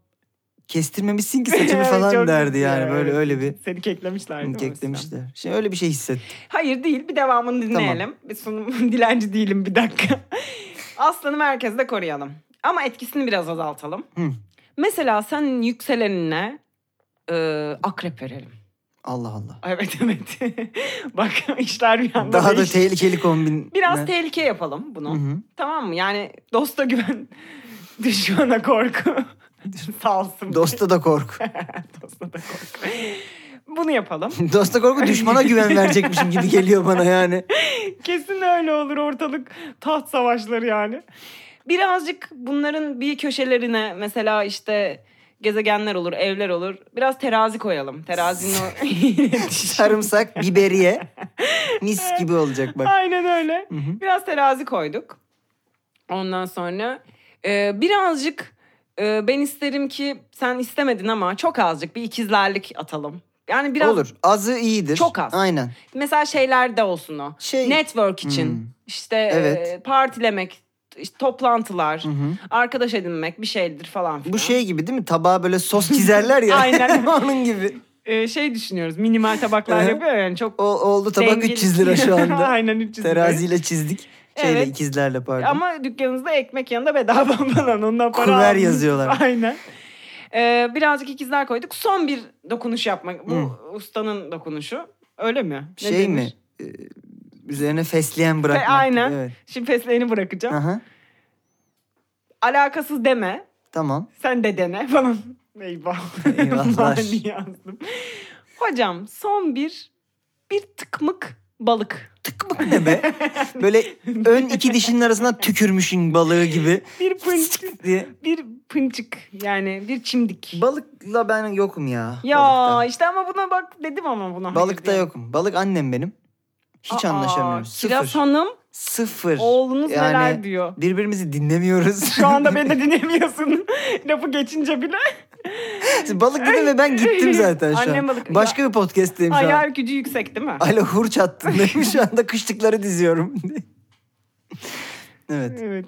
[SPEAKER 2] kestirmemişsin ki saçımı
[SPEAKER 1] Çok
[SPEAKER 2] falan derdi
[SPEAKER 1] kötü
[SPEAKER 2] yani.
[SPEAKER 1] ya,
[SPEAKER 2] Böyle
[SPEAKER 1] evet.
[SPEAKER 2] öyle bir
[SPEAKER 1] Seni keklemişler değil mi?
[SPEAKER 2] keklemişler. Şimdi öyle bir şey hissettim.
[SPEAKER 1] Hayır değil bir devamını dinleyelim. Bir sunum dilenci değilim bir dakika. Aslanı merkezde koruyalım. Ama etkisini biraz azaltalım.
[SPEAKER 2] Hı.
[SPEAKER 1] Mesela sen yükselenine e, akrep verelim.
[SPEAKER 2] Allah Allah.
[SPEAKER 1] Evet evet. Bak işler bir anda
[SPEAKER 2] Daha da
[SPEAKER 1] değişti.
[SPEAKER 2] tehlikeli kombin.
[SPEAKER 1] Biraz
[SPEAKER 2] Ne?
[SPEAKER 1] tehlike yapalım bunu.
[SPEAKER 2] Hı hı.
[SPEAKER 1] Tamam mı? Yani dosta güven, düşmana korku. Salsın.
[SPEAKER 2] Dosta da kork.
[SPEAKER 1] Dosta da korku. Bunu yapalım.
[SPEAKER 2] Dosta korku düşmana güven verecekmişim gibi geliyor bana yani.
[SPEAKER 1] Kesin öyle olur ortalık taht savaşları yani. Birazcık bunların bir köşelerine mesela işte gezegenler olur, evler olur. Biraz terazi koyalım. Terazinin o...
[SPEAKER 2] Sarımsak, biberiye. Mis gibi olacak bak.
[SPEAKER 1] Aynen öyle. Biraz terazi koyduk. Ondan sonra e, birazcık e, ben isterim ki sen istemedin ama çok azıcık bir ikizlerlik atalım. Yani biraz
[SPEAKER 2] Olur. Azı iyidir.
[SPEAKER 1] Çok az.
[SPEAKER 2] Aynen.
[SPEAKER 1] mesela şeylerde olsun o.
[SPEAKER 2] Şey-
[SPEAKER 1] Network için
[SPEAKER 2] Hmm.
[SPEAKER 1] işte
[SPEAKER 2] Evet.
[SPEAKER 1] e, partilemek, işte toplantılar,
[SPEAKER 2] hı.
[SPEAKER 1] arkadaş edinmek bir şeydir falan filan.
[SPEAKER 2] Bu şey gibi değil mi? Tabağa böyle sos çizerler ya.
[SPEAKER 1] Aynen.
[SPEAKER 2] Onun gibi.
[SPEAKER 1] E, şey düşünüyoruz minimal tabaklar
[SPEAKER 2] Aha.
[SPEAKER 1] yapıyor yani çok
[SPEAKER 2] O, oldu tabak
[SPEAKER 1] dengeli-
[SPEAKER 2] 300 lira şu anda.
[SPEAKER 1] Aynen 300 lira.
[SPEAKER 2] Teraziyle çizdik. Şeyle
[SPEAKER 1] Evet.
[SPEAKER 2] ikizlerle pardon.
[SPEAKER 1] Ama dükkanınızda ekmek yanında bedava falan. Ondan para
[SPEAKER 2] Kuver
[SPEAKER 1] aldınız.
[SPEAKER 2] yazıyorlar.
[SPEAKER 1] Aynen. Ee, birazcık ikizler koyduk. Son bir dokunuş yapmak. Bu ustanın dokunuşu. Öyle mi? Ne
[SPEAKER 2] şey
[SPEAKER 1] denir?
[SPEAKER 2] mi? Ee, üzerine fesleğen bırakmak. gibi,
[SPEAKER 1] aynen.
[SPEAKER 2] Evet.
[SPEAKER 1] Şimdi fesleğeni bırakacağım.
[SPEAKER 2] Aha,
[SPEAKER 1] Alakasız deme.
[SPEAKER 2] tamam.
[SPEAKER 1] Sen de dene falan. Eyvah.
[SPEAKER 2] Eyvahlar.
[SPEAKER 1] Mani yazdım. Hocam son bir bir tıkmık balık.
[SPEAKER 2] Tıkmık ne be? Böyle ön iki dişinin arasına tükürmüşün balığı gibi.
[SPEAKER 1] Bir pınçık.
[SPEAKER 2] diye.
[SPEAKER 1] bir pınçık. Yani bir çimdik.
[SPEAKER 2] Balıkla ben yokum ya.
[SPEAKER 1] ya
[SPEAKER 2] balıkta.
[SPEAKER 1] işte ama buna bak dedim ama buna. hayır
[SPEAKER 2] Balıkta
[SPEAKER 1] diye.
[SPEAKER 2] yokum. Balık annem benim. Hiç
[SPEAKER 1] Aa,
[SPEAKER 2] anlaşamıyoruz. Sıfır.
[SPEAKER 1] Kiraz Hanım
[SPEAKER 2] Sıfır.
[SPEAKER 1] oğlunuz
[SPEAKER 2] Yani
[SPEAKER 1] neler diyor.
[SPEAKER 2] Birbirimizi dinlemiyoruz.
[SPEAKER 1] Şu anda beni de dinlemiyorsun. Lafı geçince bile.
[SPEAKER 2] balık dedim ve ben gittim zaten şu an.
[SPEAKER 1] Annem balık-
[SPEAKER 2] Başka bir podcast'teyim şu an.
[SPEAKER 1] Hayal gücü yüksek değil mi?
[SPEAKER 2] Alo hurç attın dedim. Şu anda kışlıkları diziyorum. evet.
[SPEAKER 1] Evet.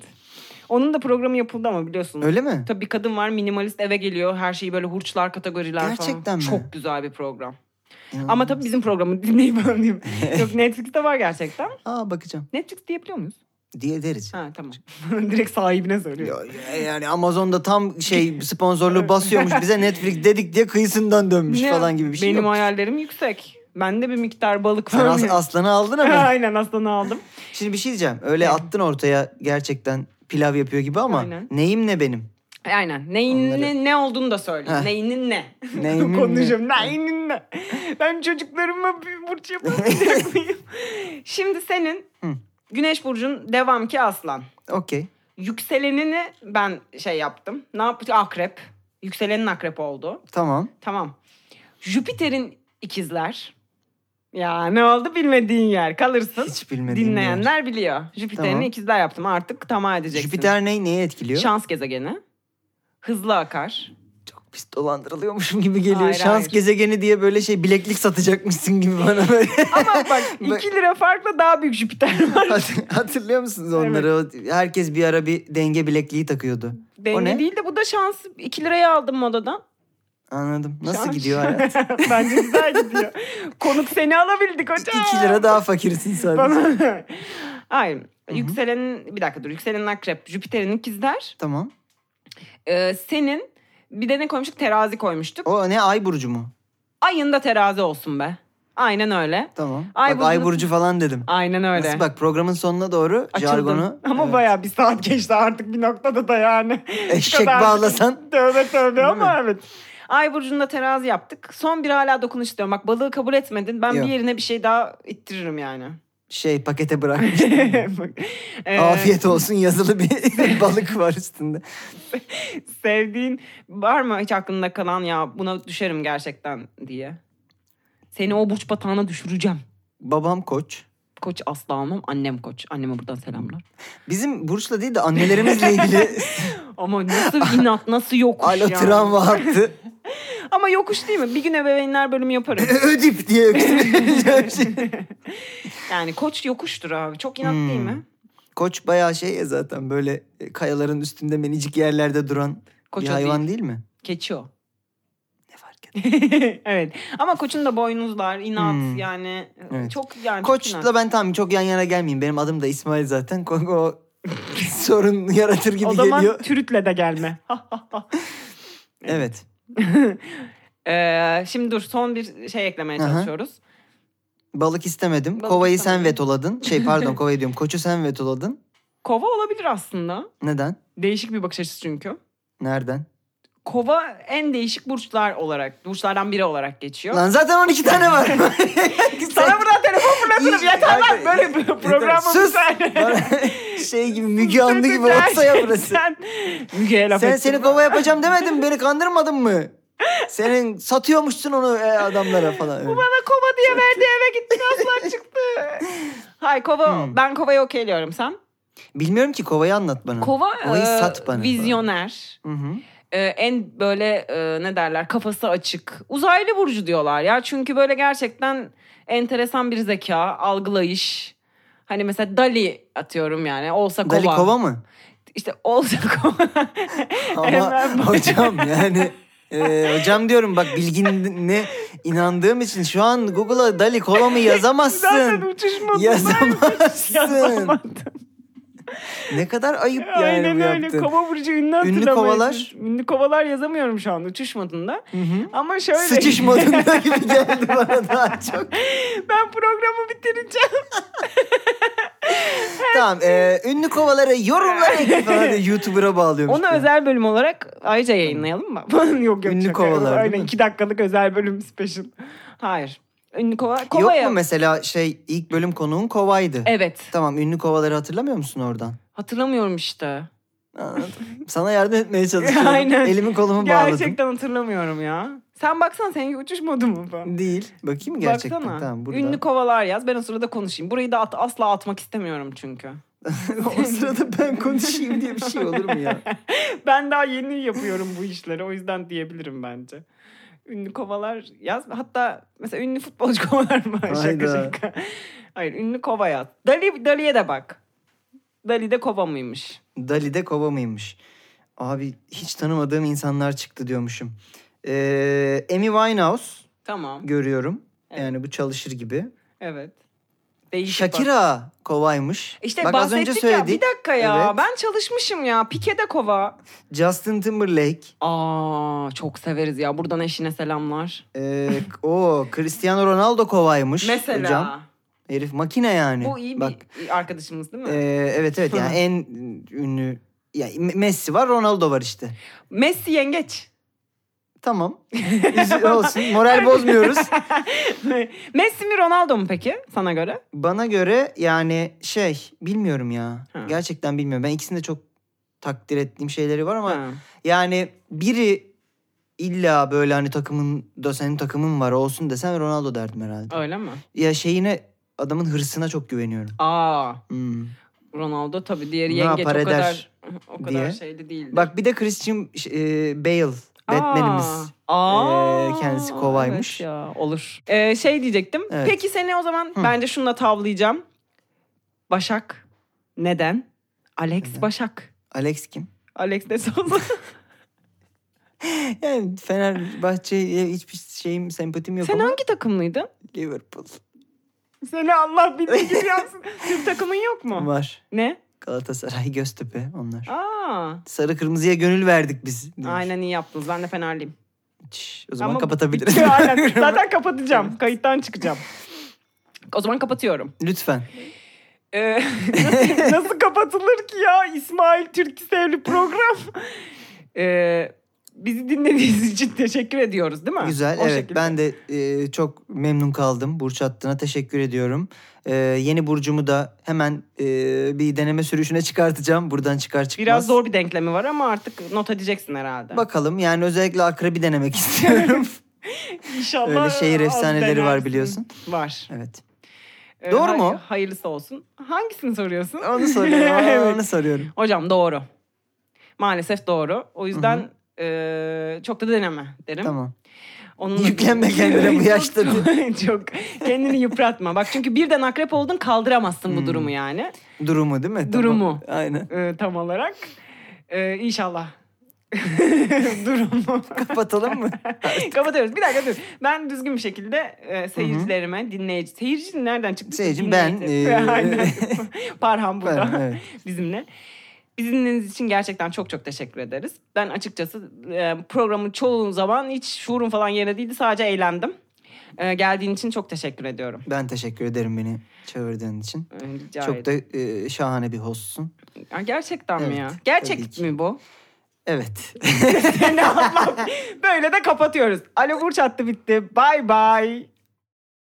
[SPEAKER 1] Onun da programı yapıldı ama biliyorsunuz.
[SPEAKER 2] Öyle mi?
[SPEAKER 1] Tabii bir kadın var minimalist eve geliyor. Her şeyi böyle hurçlar kategoriler falan.
[SPEAKER 2] Gerçekten mi? Hmm.
[SPEAKER 1] Çok güzel bir program. Ama tabii bizim programı dinleyip anlayayım. Yok Netflix'te var gerçekten.
[SPEAKER 2] Aa bakacağım.
[SPEAKER 1] Netflix diyebiliyor muyuz?
[SPEAKER 2] Diye deriz.
[SPEAKER 1] Ha tamam. Direkt sahibine soruyor.
[SPEAKER 2] Ya- ya- yani Amazon'da tam şey sponsorluğu basıyormuş bize Netflix dedik diye kıyısından dönmüş
[SPEAKER 1] Ne-
[SPEAKER 2] falan gibi bir şey
[SPEAKER 1] Benim
[SPEAKER 2] yok.
[SPEAKER 1] hayallerim yüksek. Bende bir miktar balık
[SPEAKER 2] Sen
[SPEAKER 1] var.
[SPEAKER 2] as-
[SPEAKER 1] mı?
[SPEAKER 2] aslanı aldın ama.
[SPEAKER 1] Aynen aslanı aldım.
[SPEAKER 2] Şimdi bir şey diyeceğim. Öyle attın ortaya gerçekten pilav yapıyor gibi ama
[SPEAKER 1] Aynen.
[SPEAKER 2] neyim ne benim?
[SPEAKER 1] E, Aynen. Neyin
[SPEAKER 2] Onları-
[SPEAKER 1] ne, ne olduğunu da söyle.
[SPEAKER 2] Heh.
[SPEAKER 1] Neyinin ne?
[SPEAKER 2] Neyimin ne?
[SPEAKER 1] Konuşuyorum. Neyinin ne? Ben çocuklarıma bir burç yapamayacak mıyım? Şimdi senin
[SPEAKER 2] Hı.
[SPEAKER 1] Güneş burcun devam ki aslan.
[SPEAKER 2] Okey.
[SPEAKER 1] Yükselenini ben şey yaptım. Ne yaptı? Akrep. Yükselenin akrep oldu.
[SPEAKER 2] Tamam.
[SPEAKER 1] Tamam. Jüpiter'in ikizler. Ya ne oldu bilmediğin yer. Kalırsın.
[SPEAKER 2] Hiç bilmediğim yer.
[SPEAKER 1] Dinleyenler biliyor. Jüpiter'in
[SPEAKER 2] Tamam.
[SPEAKER 1] ikizler yaptım. Artık tamam edeceksin.
[SPEAKER 2] Jüpiter ne, neye etkiliyor?
[SPEAKER 1] Şans gezegeni. Hızlı akar.
[SPEAKER 2] Çok pis dolandırılıyormuşum gibi geliyor.
[SPEAKER 1] Hayır,
[SPEAKER 2] Şans
[SPEAKER 1] hayır.
[SPEAKER 2] gezegeni diye böyle şey bileklik satacakmışsın gibi bana böyle.
[SPEAKER 1] Ama bak
[SPEAKER 2] Bak-
[SPEAKER 1] 2 lira farkla daha büyük Jüpiter var.
[SPEAKER 2] Hat- Hatırlıyor musunuz onları? O- Herkes bir ara bir denge bilekliği takıyordu.
[SPEAKER 1] Denge
[SPEAKER 2] ne?
[SPEAKER 1] değil de bu da şans. 2 liraya aldım modadan.
[SPEAKER 2] Anladım. Nasıl
[SPEAKER 1] Şans.
[SPEAKER 2] gidiyor hayat?
[SPEAKER 1] Bence güzel gidiyor. Konuk seni alabildik hocam.
[SPEAKER 2] 2 lira daha fakirsin sadece.
[SPEAKER 1] Bana- Hayır. Yükselenin bir dakika dur. Yükselenin akrep, Jüpiter'in ikizler.
[SPEAKER 2] tamam.
[SPEAKER 1] Ee, senin bir de ne koymuştuk? Terazi koymuştuk.
[SPEAKER 2] O ne ay burcu mu?
[SPEAKER 1] Ayında terazi olsun be. Aynen öyle.
[SPEAKER 2] Tamam.
[SPEAKER 1] Ay
[SPEAKER 2] bak, ay
[SPEAKER 1] burcunu-
[SPEAKER 2] burcu falan dedim.
[SPEAKER 1] Aynen öyle.
[SPEAKER 2] Nasıl bak programın sonuna doğru
[SPEAKER 1] Açıldım.
[SPEAKER 2] jargonu. e,
[SPEAKER 1] Ama
[SPEAKER 2] Evet.
[SPEAKER 1] bayağı bir saat geçti artık bir noktada da yani.
[SPEAKER 2] Eşek
[SPEAKER 1] Bu kadar-
[SPEAKER 2] bağlasan.
[SPEAKER 1] Tövbe tövbe ama
[SPEAKER 2] mi?
[SPEAKER 1] evet. Ay burcunda terazi yaptık. Son bir hala dokunuş istiyorum. Bak balığı kabul etmedin. Ben
[SPEAKER 2] Yok.
[SPEAKER 1] bir yerine bir şey daha ittiririm yani.
[SPEAKER 2] Şey pakete bırak.
[SPEAKER 1] Bak, e,
[SPEAKER 2] Afiyet olsun yazılı bir balık var üstünde.
[SPEAKER 1] Sevdiğin var mı hiç aklında kalan ya buna düşerim gerçekten diye. Seni o burç batağına düşüreceğim.
[SPEAKER 2] Babam koç.
[SPEAKER 1] Koç asla almam. Annem koç. Anneme buradan selamlar.
[SPEAKER 2] Bizim burçla değil de annelerimizle ilgili
[SPEAKER 1] Ama nasıl bir inat nasıl yokuş
[SPEAKER 2] alo
[SPEAKER 1] ya.
[SPEAKER 2] travma hattı.
[SPEAKER 1] Ama yokuş değil mi? Bir gün ebeveynler bölümü yaparım.
[SPEAKER 2] Ödip diye şey. öksürüyor.
[SPEAKER 1] Yani koç yokuştur abi. Çok inat değil
[SPEAKER 2] Hmm.
[SPEAKER 1] mi?
[SPEAKER 2] Koç bayağı şey ya zaten böyle e, kayaların üstünde minicik yerlerde duran
[SPEAKER 1] Koç
[SPEAKER 2] bir
[SPEAKER 1] o
[SPEAKER 2] hayvan
[SPEAKER 1] değil.
[SPEAKER 2] değil. mi?
[SPEAKER 1] Keçi o.
[SPEAKER 2] Ne fark eder?
[SPEAKER 1] evet. Ama koçun da boynuzlar, inat
[SPEAKER 2] Hmm.
[SPEAKER 1] yani.
[SPEAKER 2] Evet.
[SPEAKER 1] Çok yani çok
[SPEAKER 2] Koçla
[SPEAKER 1] inat.
[SPEAKER 2] ben tamam çok yan yana gelmeyeyim. Benim adım da İsmail zaten. Ko- O sorun yaratır gibi geliyor.
[SPEAKER 1] türütle de gelme.
[SPEAKER 2] Evet.
[SPEAKER 1] Ee, şimdi dur son bir şey eklemeye
[SPEAKER 2] Aha.
[SPEAKER 1] çalışıyoruz.
[SPEAKER 2] Balık istemedim.
[SPEAKER 1] Balık
[SPEAKER 2] Kovayı sen
[SPEAKER 1] istemedim.
[SPEAKER 2] vetoladın. Şey pardon kovayı diyorum. Koçu sen vetoladın.
[SPEAKER 1] Kova olabilir aslında.
[SPEAKER 2] Neden?
[SPEAKER 1] Değişik bir bakış açısı çünkü.
[SPEAKER 2] Nereden?
[SPEAKER 1] Kova en değişik burçlar olarak, burçlardan biri olarak geçiyor.
[SPEAKER 2] Lan zaten 12 tane var.
[SPEAKER 1] Sana buradan telefon fırlatırım.
[SPEAKER 2] İyi,
[SPEAKER 1] Yeter lan
[SPEAKER 2] hadi.
[SPEAKER 1] böyle bir programı
[SPEAKER 2] Sus! şey gibi Müge Anlı gibi
[SPEAKER 1] Sen-
[SPEAKER 2] olsa ya burası.
[SPEAKER 1] Sen Müge'ye laf
[SPEAKER 2] Sen
[SPEAKER 1] ettin.
[SPEAKER 2] seni kova yapacağım demedin mi? beni kandırmadın mı? Senin satıyormuşsun onu e, adamlara falan. öyle.
[SPEAKER 1] Bana kova diye verdi eve gitti aslan çıktı. Hay kova
[SPEAKER 2] Hmm.
[SPEAKER 1] ben kovayı okeyliyorum sen.
[SPEAKER 2] Bilmiyorum ki kovayı anlat bana.
[SPEAKER 1] Kova
[SPEAKER 2] Kovayı
[SPEAKER 1] e,
[SPEAKER 2] sat bana.
[SPEAKER 1] vizyoner.
[SPEAKER 2] Hı hı.
[SPEAKER 1] e, en böyle e, ne derler kafası açık uzaylı burcu diyorlar ya. Çünkü böyle gerçekten enteresan bir zeka, algılayış. Hani mesela Dali atıyorum yani. Olsa kova.
[SPEAKER 2] Dali kova mı?
[SPEAKER 1] İşte olsa kova.
[SPEAKER 2] Ama
[SPEAKER 1] Emrah-
[SPEAKER 2] hocam yani e, hocam diyorum bak bilginine inandığım için şu an Google'a Dali kova mı
[SPEAKER 1] Zaten
[SPEAKER 2] yazamazsın.
[SPEAKER 1] uçuş modundaymış.
[SPEAKER 2] Yazamazsın.
[SPEAKER 1] Yazamadım.
[SPEAKER 2] ne kadar ayıp yani
[SPEAKER 1] Aynen
[SPEAKER 2] bu
[SPEAKER 1] öyle.
[SPEAKER 2] yaptığın.
[SPEAKER 1] Kova burcu ünlü hatırlamayız.
[SPEAKER 2] kovalar?
[SPEAKER 1] Ünlü kovalar yazamıyorum şu an uçuş modunda.
[SPEAKER 2] Hı hı.
[SPEAKER 1] Ama şöyle.
[SPEAKER 2] Sıçış modunda gibi geldi bana daha çok.
[SPEAKER 1] ben programı bitireceğim.
[SPEAKER 2] Tamam. e, ünlü kovalara yorumlara ekle falan diye YouTuber'a bağlıyormuş.
[SPEAKER 1] Onu özel bölüm olarak ayrıca yayınlayalım mı? yok yok.
[SPEAKER 2] Ünlü
[SPEAKER 1] şaka.
[SPEAKER 2] kovalar, değil
[SPEAKER 1] Aynen
[SPEAKER 2] mi?
[SPEAKER 1] iki dakikalık özel bölüm special. Hayır. Ünlü kova.
[SPEAKER 2] Yok
[SPEAKER 1] Kova
[SPEAKER 2] mu
[SPEAKER 1] ya.
[SPEAKER 2] mesela şey ilk bölüm konuğun kovaydı.
[SPEAKER 1] Evet.
[SPEAKER 2] Tamam ünlü kovaları hatırlamıyor musun oradan?
[SPEAKER 1] Hatırlamıyorum işte.
[SPEAKER 2] Anladım. Sana yardım etmeye çalışıyorum.
[SPEAKER 1] Aynen.
[SPEAKER 2] Elimi kolumu bağladım.
[SPEAKER 1] Gerçekten hatırlamıyorum ya. Sen baksan seninki uçuş modu mu bu?
[SPEAKER 2] Değil. Bakayım gerçekten.
[SPEAKER 1] Baksana.
[SPEAKER 2] Tamam burada.
[SPEAKER 1] Ünlü kovalar yaz. Ben o sırada konuşayım. Burayı da at- asla atmak istemiyorum çünkü.
[SPEAKER 2] o sırada ben konuşayım diye bir şey olur mu ya?
[SPEAKER 1] Ben daha yeni yapıyorum bu işleri. O yüzden diyebilirim bence. Ünlü kovalar yaz. Hatta mesela ünlü futbolcu kovalar mı? şaka
[SPEAKER 2] Hayda.
[SPEAKER 1] şaka. Hayır ünlü kova yaz. Dali, Dali'ye de bak. Dali de kova mıymış?
[SPEAKER 2] Dali de kova mıymış? Abi hiç tanımadığım insanlar çıktı diyormuşum. Ee, Amy Winehouse
[SPEAKER 1] Tamam.
[SPEAKER 2] görüyorum.
[SPEAKER 1] Evet.
[SPEAKER 2] Yani bu çalışır gibi.
[SPEAKER 1] Evet. Değişik bak.
[SPEAKER 2] Shakira kovaymış.
[SPEAKER 1] İşte
[SPEAKER 2] Bak az
[SPEAKER 1] bahsettik
[SPEAKER 2] önce
[SPEAKER 1] ya. Bir
[SPEAKER 2] söyledik.
[SPEAKER 1] dakika ya.
[SPEAKER 2] Evet.
[SPEAKER 1] Ben çalışmışım ya. Pike de kova.
[SPEAKER 2] Justin Timberlake.
[SPEAKER 1] Aa çok severiz ya. Buradan eşine selamlar.
[SPEAKER 2] Ee, o Cristiano Ronaldo kovaymış
[SPEAKER 1] Mesela.
[SPEAKER 2] hocam. Herif makine yani.
[SPEAKER 1] Bu iyi bir
[SPEAKER 2] Bak,
[SPEAKER 1] arkadaşımız değil mi?
[SPEAKER 2] ee, evet evet yani en ünlü ya Messi var Ronaldo var işte.
[SPEAKER 1] Messi yengeç.
[SPEAKER 2] Tamam. Üz- Olsun. Moral bozmuyoruz.
[SPEAKER 1] Messi mi Ronaldo mu peki sana göre?
[SPEAKER 2] Bana göre yani şey bilmiyorum ya.
[SPEAKER 1] Ha.
[SPEAKER 2] Gerçekten bilmiyorum. Ben ikisini de çok takdir ettiğim şeyleri var ama
[SPEAKER 1] Ha.
[SPEAKER 2] yani biri illa böyle hani takımın da senin takımın var olsun desen Ronaldo derdim herhalde.
[SPEAKER 1] Öyle mi?
[SPEAKER 2] Ya şeyine adamın hırsına çok güveniyorum.
[SPEAKER 1] Aa
[SPEAKER 2] Hmm.
[SPEAKER 1] Ronaldo tabii diğer
[SPEAKER 2] Ne
[SPEAKER 1] yengeç o
[SPEAKER 2] yapar
[SPEAKER 1] kadar
[SPEAKER 2] eder
[SPEAKER 1] o kadar
[SPEAKER 2] diye.
[SPEAKER 1] şeyli değildi.
[SPEAKER 2] Bak bir de Christian e, Bale
[SPEAKER 1] Aa,
[SPEAKER 2] Batman'imiz.
[SPEAKER 1] Aa,
[SPEAKER 2] Ee, kendisi kovaymış.
[SPEAKER 1] Evet ya, olur. Ee, şey diyecektim.
[SPEAKER 2] Evet.
[SPEAKER 1] Peki seni o zaman
[SPEAKER 2] Hı.
[SPEAKER 1] bence şununla tavlayacağım. Başak. Neden? Alex
[SPEAKER 2] Neden?
[SPEAKER 1] Başak.
[SPEAKER 2] Alex kim?
[SPEAKER 1] Alex de Souza.
[SPEAKER 2] Yani Fenerbahçe'ye hiçbir şeyim sempatim yok
[SPEAKER 1] Sen
[SPEAKER 2] ama
[SPEAKER 1] hangi takımlıydın?
[SPEAKER 2] Liverpool
[SPEAKER 1] Seni Allah bildiği gibi yapsın. Türk takımın yok mu?
[SPEAKER 2] var.
[SPEAKER 1] Ne?
[SPEAKER 2] Galatasaray, Göztepe onlar.
[SPEAKER 1] Aa.
[SPEAKER 2] Sarı kırmızıya gönül verdik biz. demiş.
[SPEAKER 1] Aynen iyi yaptınız. Ben de Fenerliyim.
[SPEAKER 2] Müthiş. O zaman
[SPEAKER 1] Ama-
[SPEAKER 2] kapatabiliriz.
[SPEAKER 1] Aynen. Zaten kapatacağım. Kayıttan çıkacağım. O zaman kapatıyorum.
[SPEAKER 2] Lütfen.
[SPEAKER 1] Ee, nasıl, nasıl kapatılır ki ya İsmail Türk sevli program? Ee, bizi dinlediğiniz için teşekkür ediyoruz değil mi?
[SPEAKER 2] Güzel.
[SPEAKER 1] O
[SPEAKER 2] evet.
[SPEAKER 1] şekilde.
[SPEAKER 2] Ben de e, çok memnun kaldım. Burç hattına teşekkür ediyorum. E, yeni burcumu da hemen e, bir deneme sürüşüne çıkartacağım. Buradan çıkar çıkmaz.
[SPEAKER 1] Biraz zor bir denklemi var ama artık not edeceksin herhalde.
[SPEAKER 2] Bakalım yani özellikle akrebi denemek istiyorum.
[SPEAKER 1] İnşallah
[SPEAKER 2] Öyle şehir
[SPEAKER 1] az
[SPEAKER 2] efsaneleri var
[SPEAKER 1] denersin.
[SPEAKER 2] biliyorsun.
[SPEAKER 1] Var.
[SPEAKER 2] Evet.
[SPEAKER 1] Ee,
[SPEAKER 2] Doğru mu?
[SPEAKER 1] Hayırlısı olsun. Hangisini soruyorsun?
[SPEAKER 2] Onu soruyorum. aa,
[SPEAKER 1] Evet.
[SPEAKER 2] Onu soruyorum.
[SPEAKER 1] Hocam doğru. Maalesef doğru. O yüzden eee, çok da deneme derim.
[SPEAKER 2] Tamam.
[SPEAKER 1] Onunla
[SPEAKER 2] Yüklenme kendine bu
[SPEAKER 1] Çok-
[SPEAKER 2] yaşta
[SPEAKER 1] Çok, kendini yıpratma. Bak çünkü birden akrep oldun kaldıramazsın
[SPEAKER 2] Hmm.
[SPEAKER 1] bu durumu yani.
[SPEAKER 2] Durumu değil mi? Tamam.
[SPEAKER 1] Durumu.
[SPEAKER 2] Aynen.
[SPEAKER 1] Eee, tam olarak. Eee inşallah. Durumu.
[SPEAKER 2] Kapatalım mı?
[SPEAKER 1] Kapatıyoruz. Bir dakika dur. Ben düzgün bir şekilde eee, seyircilerime, dinleyici... Seyirci nereden çıktı?
[SPEAKER 2] Seyircim ben,
[SPEAKER 1] Dinleyici.
[SPEAKER 2] eee,
[SPEAKER 1] Aynen. Parham burada.
[SPEAKER 2] Ben, evet.
[SPEAKER 1] bizimle. Bizi dinlediğiniz için gerçekten çok çok teşekkür ederiz. Ben açıkçası e, programın çoğu zaman hiç şuurum falan yerine değildi. Sadece eğlendim. E, geldiğin için çok teşekkür ediyorum.
[SPEAKER 2] Ben teşekkür ederim beni çağırdığın için.
[SPEAKER 1] E, Rica
[SPEAKER 2] Çok
[SPEAKER 1] ederim.
[SPEAKER 2] da e, şahane bir hostsun.
[SPEAKER 1] Ha, gerçekten mi
[SPEAKER 2] Evet,
[SPEAKER 1] ya?
[SPEAKER 2] tabii
[SPEAKER 1] Gerçek
[SPEAKER 2] ki.
[SPEAKER 1] mi bu?
[SPEAKER 2] Evet.
[SPEAKER 1] Seni Allah. Böyle de kapatıyoruz. Alo Burç attı bitti. Bay bay.